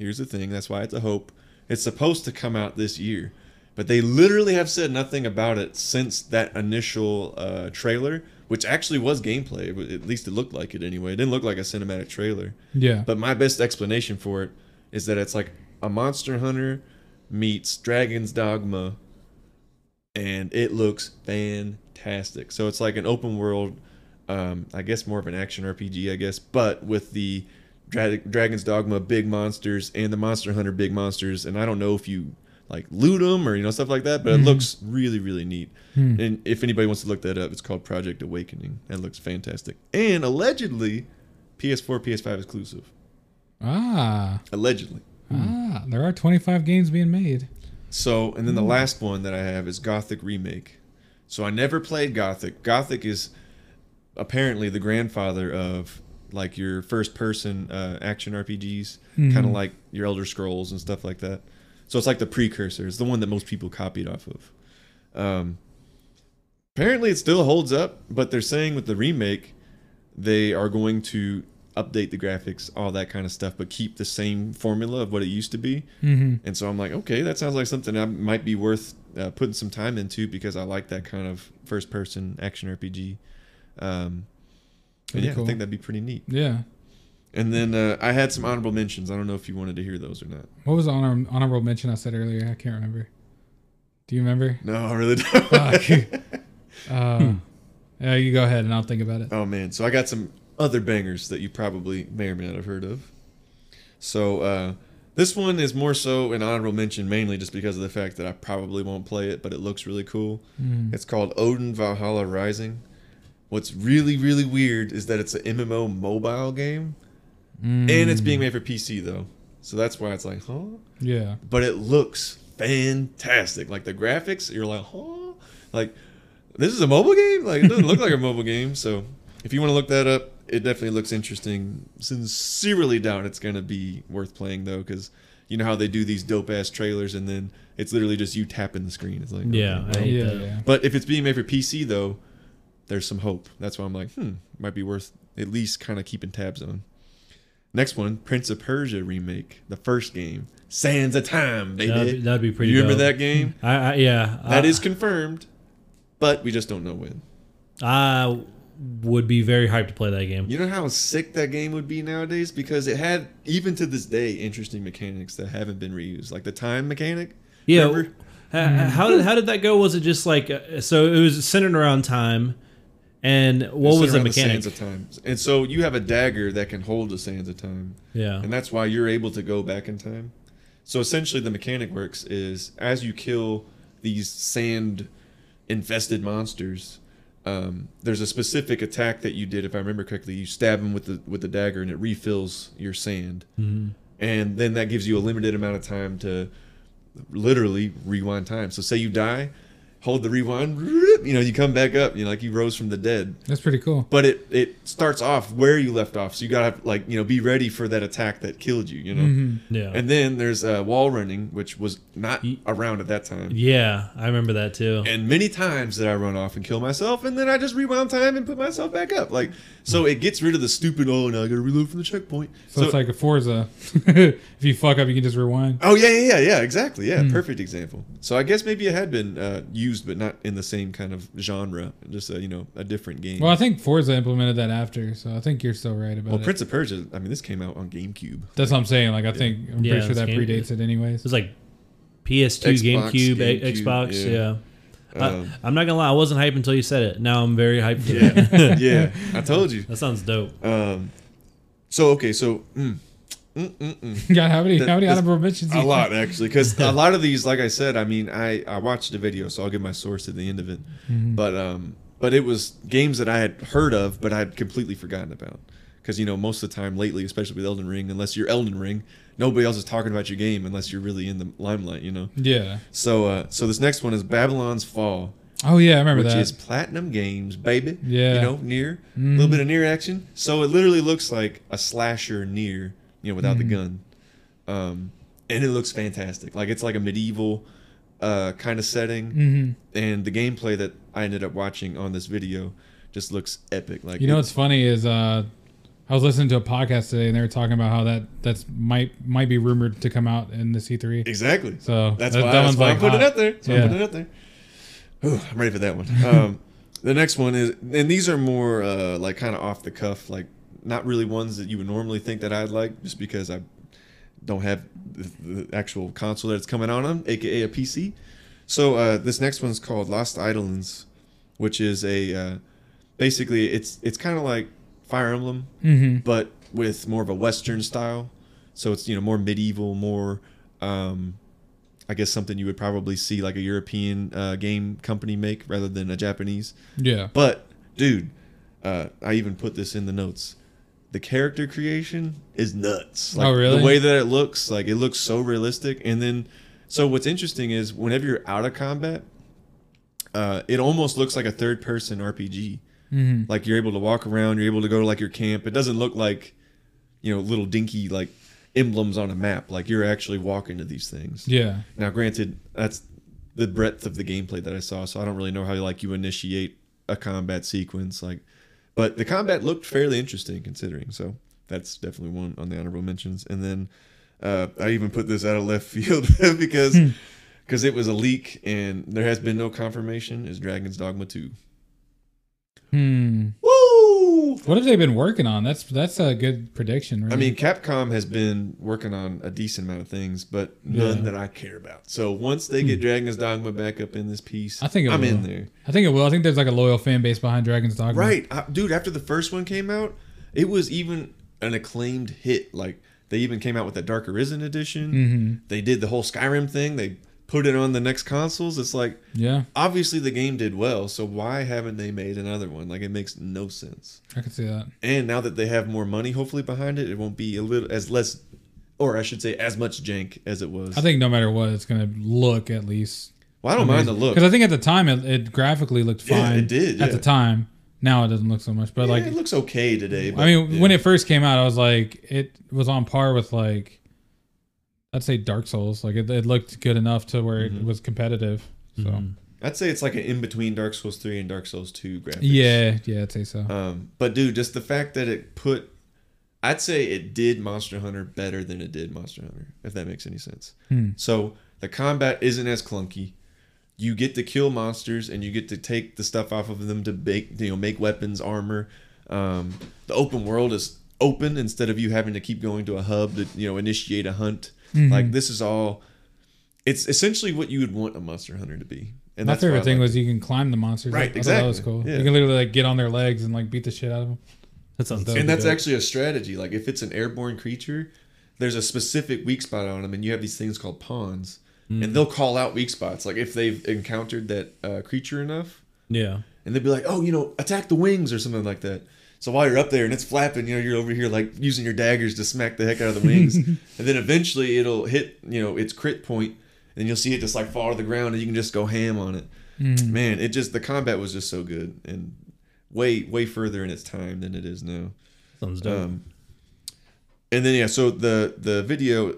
Speaker 2: here's the thing. That's why it's a hope. It's supposed to come out this year, but they literally have said nothing about it since that initial uh, trailer, which actually was gameplay. but At least it looked like it anyway. It didn't look like a cinematic trailer.
Speaker 1: Yeah.
Speaker 2: But my best explanation for it is that it's like a Monster Hunter meets Dragon's Dogma, and it looks fantastic. So it's like an open world, um, I guess more of an action RPG, I guess, but with the Dra- Dragon's Dogma big monsters and the Monster Hunter big monsters. And I don't know if you like loot them or you know stuff like that, but it looks really really neat. And if anybody wants to look that up, it's called Project Awakening. That looks fantastic. And allegedly. PS4, PS5 exclusive.
Speaker 1: ah,
Speaker 2: Allegedly.
Speaker 1: ah, there are 25 games being made.
Speaker 2: So, and then the last one that I have is Gothic Remake. So I never played Gothic. Gothic is apparently the grandfather of like your first person uh, action RPGs, kind of like your Elder Scrolls and stuff like that. So it's like the precursor. It's the one that most people copied off of. Um, apparently, it still holds up, but they're saying with the remake, they are going to update the graphics, all that kind of stuff, but keep the same formula of what it used to be. Mm-hmm. And so I'm like, okay, that sounds like something that might be worth uh, putting some time into because I like that kind of first person action RPG. Um, and
Speaker 1: Pretty
Speaker 2: yeah,
Speaker 1: cool.
Speaker 2: I think that'd be pretty neat.
Speaker 1: Yeah.
Speaker 2: And then uh, I had some honorable mentions. I don't know if you wanted to hear those or not.
Speaker 1: What was the honor, honorable mention I said earlier? I can't remember. Do you remember?
Speaker 2: No, I really don't. (laughs)
Speaker 1: Fuck. (laughs) Uh,
Speaker 4: Hmm.
Speaker 1: yeah, you go ahead and I'll think about it.
Speaker 2: Oh man, so I got some other bangers that you probably may or may not have heard of. So uh, this one is more so an honorable mention, mainly just because of the fact that I probably won't play it, but it looks really cool. It's called Odin Valhalla Rising. What's really really weird is that it's an MMO mobile game, And it's being made for PC though. So that's why it's like, huh?
Speaker 1: Yeah.
Speaker 2: but it looks fantastic. Like the graphics, you're like, huh? Like, this is a mobile game? Like, it doesn't look like a mobile game. So, if you want to look that up, it definitely looks interesting. Sincerely doubt it's going to be worth playing, though, because you know how they do these dope ass trailers and then it's literally just you tapping the screen. It's like, okay,
Speaker 4: Yeah, I
Speaker 2: well.
Speaker 4: hate
Speaker 1: Yeah.
Speaker 4: that.
Speaker 1: yeah.
Speaker 2: But if it's being made for PC, though, there's some hope. That's why I'm like, hmm, might be worth at least kind of keeping tabs on. Next one, Prince of Persia remake, the first game, Sands of Time, baby.
Speaker 4: That'd, that'd be pretty.
Speaker 2: you remember
Speaker 4: dope. Uh,
Speaker 2: that
Speaker 4: (laughs)
Speaker 2: game?
Speaker 4: I, I yeah.
Speaker 2: That
Speaker 4: I,
Speaker 2: is confirmed, but we just don't know when.
Speaker 4: I would be very hyped to play that game.
Speaker 2: You know how sick that game would be nowadays because it had even to this day interesting mechanics that haven't been reused, like the time mechanic.
Speaker 4: Yeah.
Speaker 2: Remember?
Speaker 4: How, how did how did that go? Was it just like uh, so? It was centered around time, and what
Speaker 2: It's
Speaker 4: was the
Speaker 2: around
Speaker 4: mechanic?
Speaker 2: sands of time, and so you have a dagger that can hold the sands of time.
Speaker 4: yeah.
Speaker 2: and that's why you're able to go back in time. So essentially, the mechanic works is as you kill these sand infested monsters. Um, there's a specific attack that you did, if I remember correctly. You stab them with the with the dagger, and it refills your sand, and then that gives you a limited amount of time to literally rewind time. So say you die, hold the rewind, you know, you come back up, you know, like you rose from the dead
Speaker 1: That's pretty cool.
Speaker 2: but it it starts off where you left off so you gotta have, like you know be ready for that attack that killed you you know
Speaker 1: Mm-hmm.
Speaker 4: Yeah.
Speaker 2: and then there's uh, wall running which was not
Speaker 4: Ye-
Speaker 2: around at that time
Speaker 4: yeah, I remember that too.
Speaker 2: and many times that i run off and kill myself and then i just rewound time and put myself back up like so it gets rid of the stupid oh now i gotta reload from the checkpoint
Speaker 1: So, it's like a Forza. (laughs) if you fuck up, you can just rewind.
Speaker 2: Oh yeah, yeah, yeah, yeah, exactly.
Speaker 1: Mm.
Speaker 2: Yeah, perfect example. So I guess maybe it had been uh, used, but not in the same kind of genre. Just a, you know, a different game.
Speaker 1: Well,
Speaker 2: Well,
Speaker 1: I think Forza implemented that after, so I think you're still right about it.
Speaker 2: Prince of Persia. I mean, this came out on GameCube.
Speaker 1: That's what I'm saying. Like, I think I'm
Speaker 4: Yeah,
Speaker 1: pretty sure
Speaker 4: it's
Speaker 1: that
Speaker 4: game-
Speaker 1: predates it, anyways.
Speaker 4: It was like PS2,
Speaker 2: Xbox,
Speaker 4: GameCube, A-
Speaker 2: GameCube,
Speaker 4: Xbox.
Speaker 2: yeah.
Speaker 4: Yeah.
Speaker 2: Um,
Speaker 4: I, I'm not gonna lie, I wasn't hyped until you said it. Now I'm very hyped. For that.
Speaker 2: yeah, (laughs) yeah. I told you.
Speaker 4: (laughs) that sounds dope.
Speaker 2: Um, so okay, so mm, mm, mm,
Speaker 1: (laughs)
Speaker 2: mm.
Speaker 1: God, how many
Speaker 2: That-
Speaker 1: how many
Speaker 2: that's
Speaker 1: honorable mentions?
Speaker 2: a
Speaker 1: you-
Speaker 2: lot actually, because a lot of these, like I said, I mean, I I watched the video, so I'll give my source at the end of it. But um, but it was games that I had heard of, but I had completely forgotten about. Because you know, most of the time lately, especially with Elden Ring, unless you're Elden Ring, nobody else is talking about your game unless you're really in the limelight, you know.
Speaker 1: Yeah.
Speaker 2: So uh, so this next one is Babylon's Fall.
Speaker 1: Oh yeah, I remember
Speaker 2: which
Speaker 1: that.
Speaker 2: is Platinum Games, baby.
Speaker 1: Yeah. Mm.
Speaker 2: You know, near a little bit of near action. So it literally looks like a slasher near, you know,
Speaker 1: Mm.
Speaker 2: without the gun. Um, and it looks fantastic. Like it's like a medieval uh, kind of setting,
Speaker 1: Mm. Mm-hmm.
Speaker 2: and the gameplay that I ended up watching on this video just looks epic. Like
Speaker 1: You know
Speaker 2: it-
Speaker 1: what's funny is uh, I was listening to a podcast today and they were talking about how that that's might might be rumored to come out in this E3.
Speaker 2: exactly.
Speaker 1: So
Speaker 2: That's
Speaker 1: that- that
Speaker 2: why, that's
Speaker 1: one's,
Speaker 2: why
Speaker 1: like,
Speaker 2: I'm putting it
Speaker 1: hot.
Speaker 2: out there. So
Speaker 1: Yeah.
Speaker 2: I'm putting it out there. Whew, I'm ready for that one. Um, (laughs) the next one is, and these are more uh, like kind of off the cuff, like not really ones that you would normally think that I'd like, just because I don't have the, the actual console that it's coming out on, aka a PC. So uh, this next one's called Lost Idolins, which is a uh, basically it's it's kind of like Fire Emblem,
Speaker 1: Mm-hmm.
Speaker 2: but with more of a Western style. So it's you know more medieval, more um, I guess something you would probably see like a European uh, game company make rather than a Japanese.
Speaker 1: Yeah.
Speaker 2: But dude, uh, I even put this in the notes. The character creation is nuts. Like,
Speaker 1: Oh, really?
Speaker 2: The way that it looks, like it looks so realistic. And then, so what's interesting is whenever you're out of combat, uh, it almost looks like a third-person RPG.
Speaker 1: Mm-hmm.
Speaker 2: Like you're able to walk around, you're able to go to like your camp. It doesn't look like, you know, little dinky like emblems on a map. Like you're actually walking to these things.
Speaker 1: Yeah.
Speaker 2: Now, granted, that's the breadth of the gameplay that I saw, so I don't really know how like you initiate a combat sequence, like. But the combat looked fairly interesting considering, so that's definitely one on the honorable mentions. And then uh, I even put this out of left (laughs) field because because it was a leak and there has been no confirmation. Is Dragon's Dogma two?
Speaker 1: Hmm.
Speaker 2: Woo!
Speaker 1: What have they been working on? That's that's a good prediction. Really.
Speaker 2: I mean, Capcom has been working on a decent amount of things, but none
Speaker 1: Yeah.
Speaker 2: that I care about. So once they get Dragon's Dogma back up in this piece,
Speaker 1: I think it
Speaker 2: I'm
Speaker 1: will.
Speaker 2: in there.
Speaker 1: I think it will. I think there's like a loyal fan base behind Dragon's Dogma.
Speaker 2: Right, I, dude. After the first one came out, it was even an acclaimed
Speaker 1: Mm-hmm.
Speaker 2: hit. Like they even came out with that Dark Arisen edition. They did the whole Skyrim thing. They put it on the next consoles. It's like
Speaker 1: Yeah,
Speaker 2: obviously the game did well, so why haven't they made another one? Like it makes no sense.
Speaker 1: I can see that.
Speaker 2: And now that they have more money, hopefully behind it, it won't be a little as less, or I should say, as much jank as it was.
Speaker 1: I think no matter what, it's gonna look at least.
Speaker 2: well, I don't mind the look.
Speaker 1: Because I think at the time it, it graphically looked fine.
Speaker 2: Yeah, it did,
Speaker 1: at
Speaker 2: yeah.
Speaker 1: the time. Now it doesn't look so much, but
Speaker 2: Yeah,
Speaker 1: like
Speaker 2: it looks okay today. But
Speaker 1: I mean,
Speaker 2: yeah.
Speaker 1: when it first came out, I was like, it was on par with like, I'd say Dark Souls. Like it, it looked good enough to where
Speaker 2: Mm-hmm.
Speaker 1: it was competitive. So
Speaker 2: I'd say it's like an in between Dark Souls three and Dark Souls two graphics.
Speaker 1: yeah, yeah, I'd say so.
Speaker 2: Um, but dude, just the fact that it put, I'd say it did Monster Hunter better than it did Monster Hunter, if that makes any sense.
Speaker 1: Hmm.
Speaker 2: So the combat isn't as clunky. You get to kill monsters and you get to take the stuff off of them to make you know make weapons, armor. Um, the open world is open instead of you having to keep going to a hub to you know initiate a hunt.
Speaker 1: Hmm.
Speaker 2: Like this is all. It's essentially what you would want a Monster Hunter to be. And
Speaker 1: My
Speaker 2: that's why I
Speaker 1: favorite thing
Speaker 2: like
Speaker 1: was you can climb the monsters.
Speaker 2: Right,
Speaker 1: I thought That was
Speaker 2: exactly.
Speaker 1: cool.
Speaker 2: Yeah.
Speaker 1: You can literally like get on their legs and like beat the shit out of them.
Speaker 4: That sounds
Speaker 1: That
Speaker 4: dope.
Speaker 2: and that's actually a strategy. Like if it's an airborne creature, there's a specific weak spot on them, and you have these things called pawns, and they'll call out weak spots. Like if they've encountered that uh, creature enough,
Speaker 4: yeah.
Speaker 2: and they'd be like, "Oh, you know, attack the wings" or something like that. So while you're up there and it's flapping, you know, you're over here like using your daggers to smack the heck out of the wings, and then eventually it'll hit, you know, its crit point, and you'll see it just like fall to the ground, and you can just go ham on it. Man, it just the combat was just so good and way way further in its time than it is now.
Speaker 4: Sounds dope.
Speaker 2: Um, and then yeah, so the the video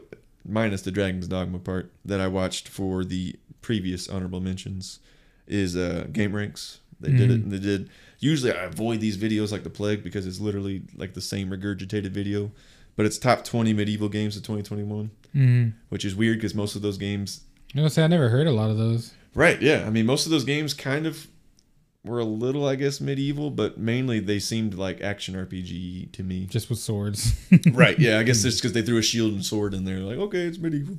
Speaker 2: minus the Dragon's Dogma part that I watched for the previous honorable mentions is uh, Game Ranks. They did it. They did. Usually I avoid these videos like the plague because it's literally like the same regurgitated video, but it's top twenty medieval games of 2021,
Speaker 1: Mm-hmm.
Speaker 2: which is weird because most of those games
Speaker 1: I was gonna say I never heard a lot of those.
Speaker 2: Right. Yeah. I mean, most of those games kind of were a little, I guess, medieval, but mainly they seemed like action RPG to me.
Speaker 1: Just with swords. (laughs)
Speaker 2: right. Yeah. I guess it's because they threw a shield and sword in there. Like, okay, it's medieval.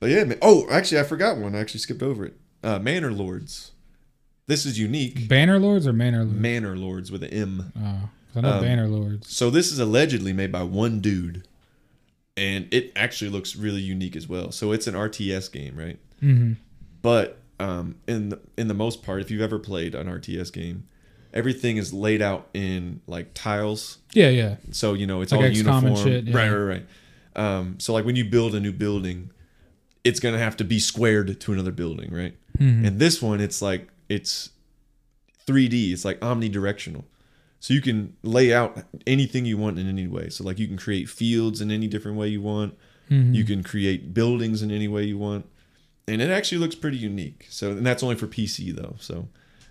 Speaker 2: But yeah. Man. Oh, actually, I forgot one. I actually skipped over it. Uh, Manor Lords. This is unique.
Speaker 1: Banner lords or manor lords.
Speaker 2: Manor Lords with an M.
Speaker 1: Oh, 'cause I know
Speaker 2: Um,
Speaker 1: banner lords.
Speaker 2: So this is allegedly made by one dude, and it actually looks really unique as well. So it's an RTS game, right?
Speaker 1: Mm-hmm.
Speaker 2: but um, in the, in the most part, if you've ever played an RTS game, everything is laid out in like tiles.
Speaker 1: Yeah, yeah.
Speaker 2: So you know it's
Speaker 1: Like
Speaker 2: all
Speaker 1: XCOM and
Speaker 2: uniform.
Speaker 1: shit, yeah.
Speaker 2: Right, right, right. Um, so like when you build a new building, it's gonna have to be squared to another building, right?
Speaker 1: Mm-hmm.
Speaker 2: And this one, it's like it's 3D. It's like omnidirectional. So you can lay out anything you want in any way. So like you can create fields in any different way you want.
Speaker 1: Mm-hmm.
Speaker 2: You can create buildings in any way you want. And it actually looks pretty unique. So and that's only for PC though. So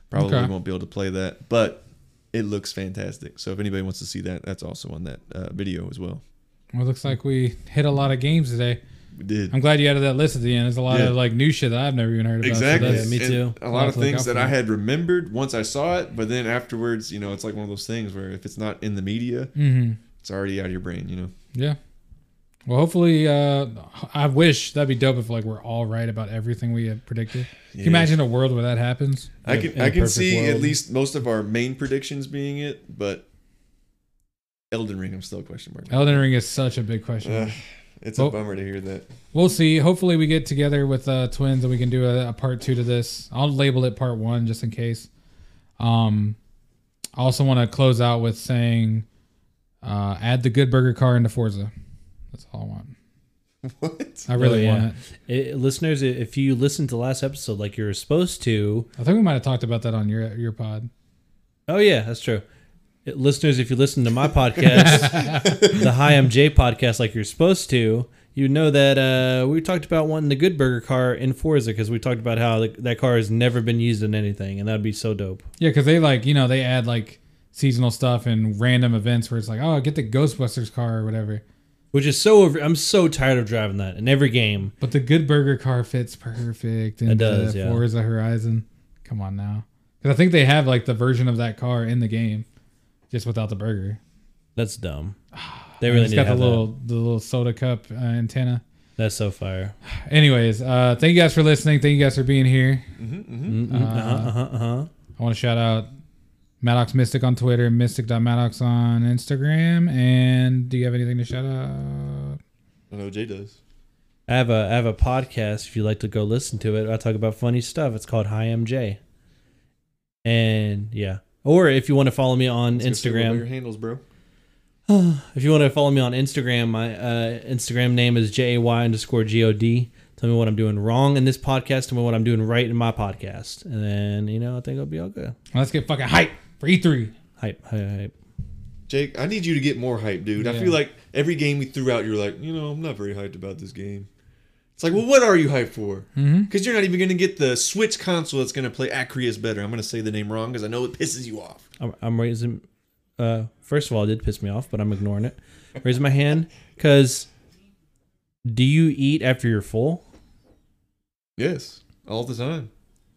Speaker 2: probably
Speaker 1: Okay.
Speaker 2: won't be able to play that, but it looks fantastic. So if anybody wants to see that, that's also on that uh, video as well.
Speaker 1: Well, it looks like we hit a lot of games today.
Speaker 2: We did.
Speaker 1: I'm glad you added that list at the end. There's a lot
Speaker 2: Yeah.
Speaker 1: of like new shit that I've never even heard about. so
Speaker 2: Exactly.
Speaker 1: that's-
Speaker 4: me
Speaker 2: And
Speaker 4: too.
Speaker 2: A
Speaker 1: I'll
Speaker 2: lot
Speaker 1: have
Speaker 2: of
Speaker 1: to look
Speaker 2: things
Speaker 1: out
Speaker 2: that
Speaker 1: for
Speaker 2: I
Speaker 1: that.
Speaker 2: had remembered once I saw it, but then afterwards, you know, it's like one of those things where if it's not in the media,
Speaker 1: Mm.
Speaker 2: it's already out of your brain, you know.
Speaker 1: Mm-hmm. Yeah. Well, hopefully, uh, I wish that'd be dope if like we're all right about everything we had predicted. Can
Speaker 2: Yeah.
Speaker 1: you imagine a world where that happens?
Speaker 2: I
Speaker 4: In a-
Speaker 2: can
Speaker 4: in a
Speaker 2: I can
Speaker 4: perfect
Speaker 2: see at
Speaker 4: world.
Speaker 2: least most of our main predictions being it, but Elden Ring, I'm still a question mark.
Speaker 1: Elden Ring is such a big question.
Speaker 2: Ugh, it's
Speaker 1: Oh.
Speaker 2: a bummer to hear that.
Speaker 1: We'll see. Hopefully, we get together with uh, twins and we can do a, a part two to this. I'll label it part one just in case. Um, I also want to close out with saying, uh, add the Good Burger car into Forza. That's all I want.
Speaker 2: What?
Speaker 1: I really
Speaker 4: Oh, yeah.
Speaker 1: want it.
Speaker 4: I- listeners, i- if you listened to last episode like you were supposed to,
Speaker 1: I think we might have talked about that on your your pod.
Speaker 4: oh yeah, that's true. I- Listeners, if you listen to my podcast,
Speaker 1: (laughs)
Speaker 4: the Hi MJ podcast, like you're supposed to, you know that uh, we talked about wanting the Good Burger car in Forza because we talked about how th- that car has never been used in anything, and that'd be so dope.
Speaker 1: Yeah, because they like you know they add like seasonal stuff and random events where it's like oh get the Ghostbusters car or whatever,
Speaker 4: Which is so over. I'm so tired of driving that in every game.
Speaker 1: but the Good Burger car fits perfect into
Speaker 4: does, yeah.
Speaker 1: Forza Horizon. Come on now, because I think they have like the version of that car in the game, just without the burger.
Speaker 4: That's dumb.
Speaker 1: (sighs)
Speaker 4: They really
Speaker 1: it's
Speaker 4: need
Speaker 1: got
Speaker 4: to
Speaker 1: the
Speaker 4: have
Speaker 1: little the little soda cup uh, antenna.
Speaker 4: that. That's so fire.
Speaker 1: Anyways, uh, thank you guys for listening. Thank you guys for being here.
Speaker 2: Mm-hmm,
Speaker 1: Hmm?
Speaker 4: Mm-mm, uh-huh, uh-huh, uh-huh.
Speaker 1: I want to shout out Maddox Mystic on Twitter, Mystic.Maddox on Instagram. And do you have anything to shout out?
Speaker 2: I know Jay does.
Speaker 4: I have a I have a podcast. If you'd like to go listen to it, I talk about funny stuff. It's called Hi MJ. And yeah, or if you want to follow me on
Speaker 2: Let's go see what your
Speaker 4: Instagram,
Speaker 2: handles, bro.
Speaker 4: if you want to follow me on Instagram, my uh, Instagram name is J A Y underscore G O D. Tell me what I'm doing wrong in this podcast. Tell me what I'm doing right in my podcast, and then you know I think it'll be all good.
Speaker 1: Let's get fucking hype for E E3.
Speaker 4: Hype, hype, hype.
Speaker 2: Jake, I need you to get more hype, dude. I
Speaker 1: Yeah.
Speaker 2: feel like every game we threw out, you're like, you know, I'm not very hyped about this game. It's like, well, what are you hyped for? Because
Speaker 4: Mm-hmm.
Speaker 2: you're not even going to get the Switch console that's going to play Acrius better. I'm going to say the name wrong because I know it pisses you off.
Speaker 4: I'm, I'm raising. Uh, first of all, it did piss me off, but I'm ignoring it. Raise my hand because do you eat after you're full?
Speaker 2: Yes, all the time.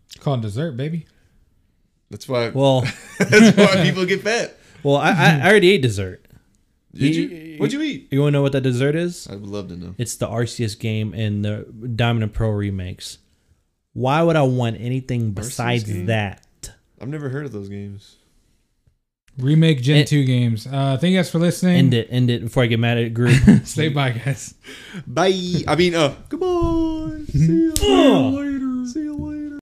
Speaker 1: It's called dessert, baby.
Speaker 2: That's why.
Speaker 4: Well,
Speaker 2: (laughs) that's why
Speaker 4: (laughs)
Speaker 2: people get fat.
Speaker 4: well, I, I, I already ate dessert.
Speaker 2: Did
Speaker 4: You-
Speaker 2: you? What'd you eat?
Speaker 4: You want to know what that dessert is?
Speaker 2: I would love to know.
Speaker 4: It's the Arceus game and the Diamond and Pearl remakes. Why would I want anything besides
Speaker 2: game?
Speaker 4: that?
Speaker 2: I've never heard of those games.
Speaker 1: Remake Gen
Speaker 4: It-
Speaker 1: 2 games. Uh, thank you guys for listening.
Speaker 4: End it, end it before I get mad at group.
Speaker 1: Say bye, guys.
Speaker 2: Bye. I mean, uh, goodbye. See you later. See you later.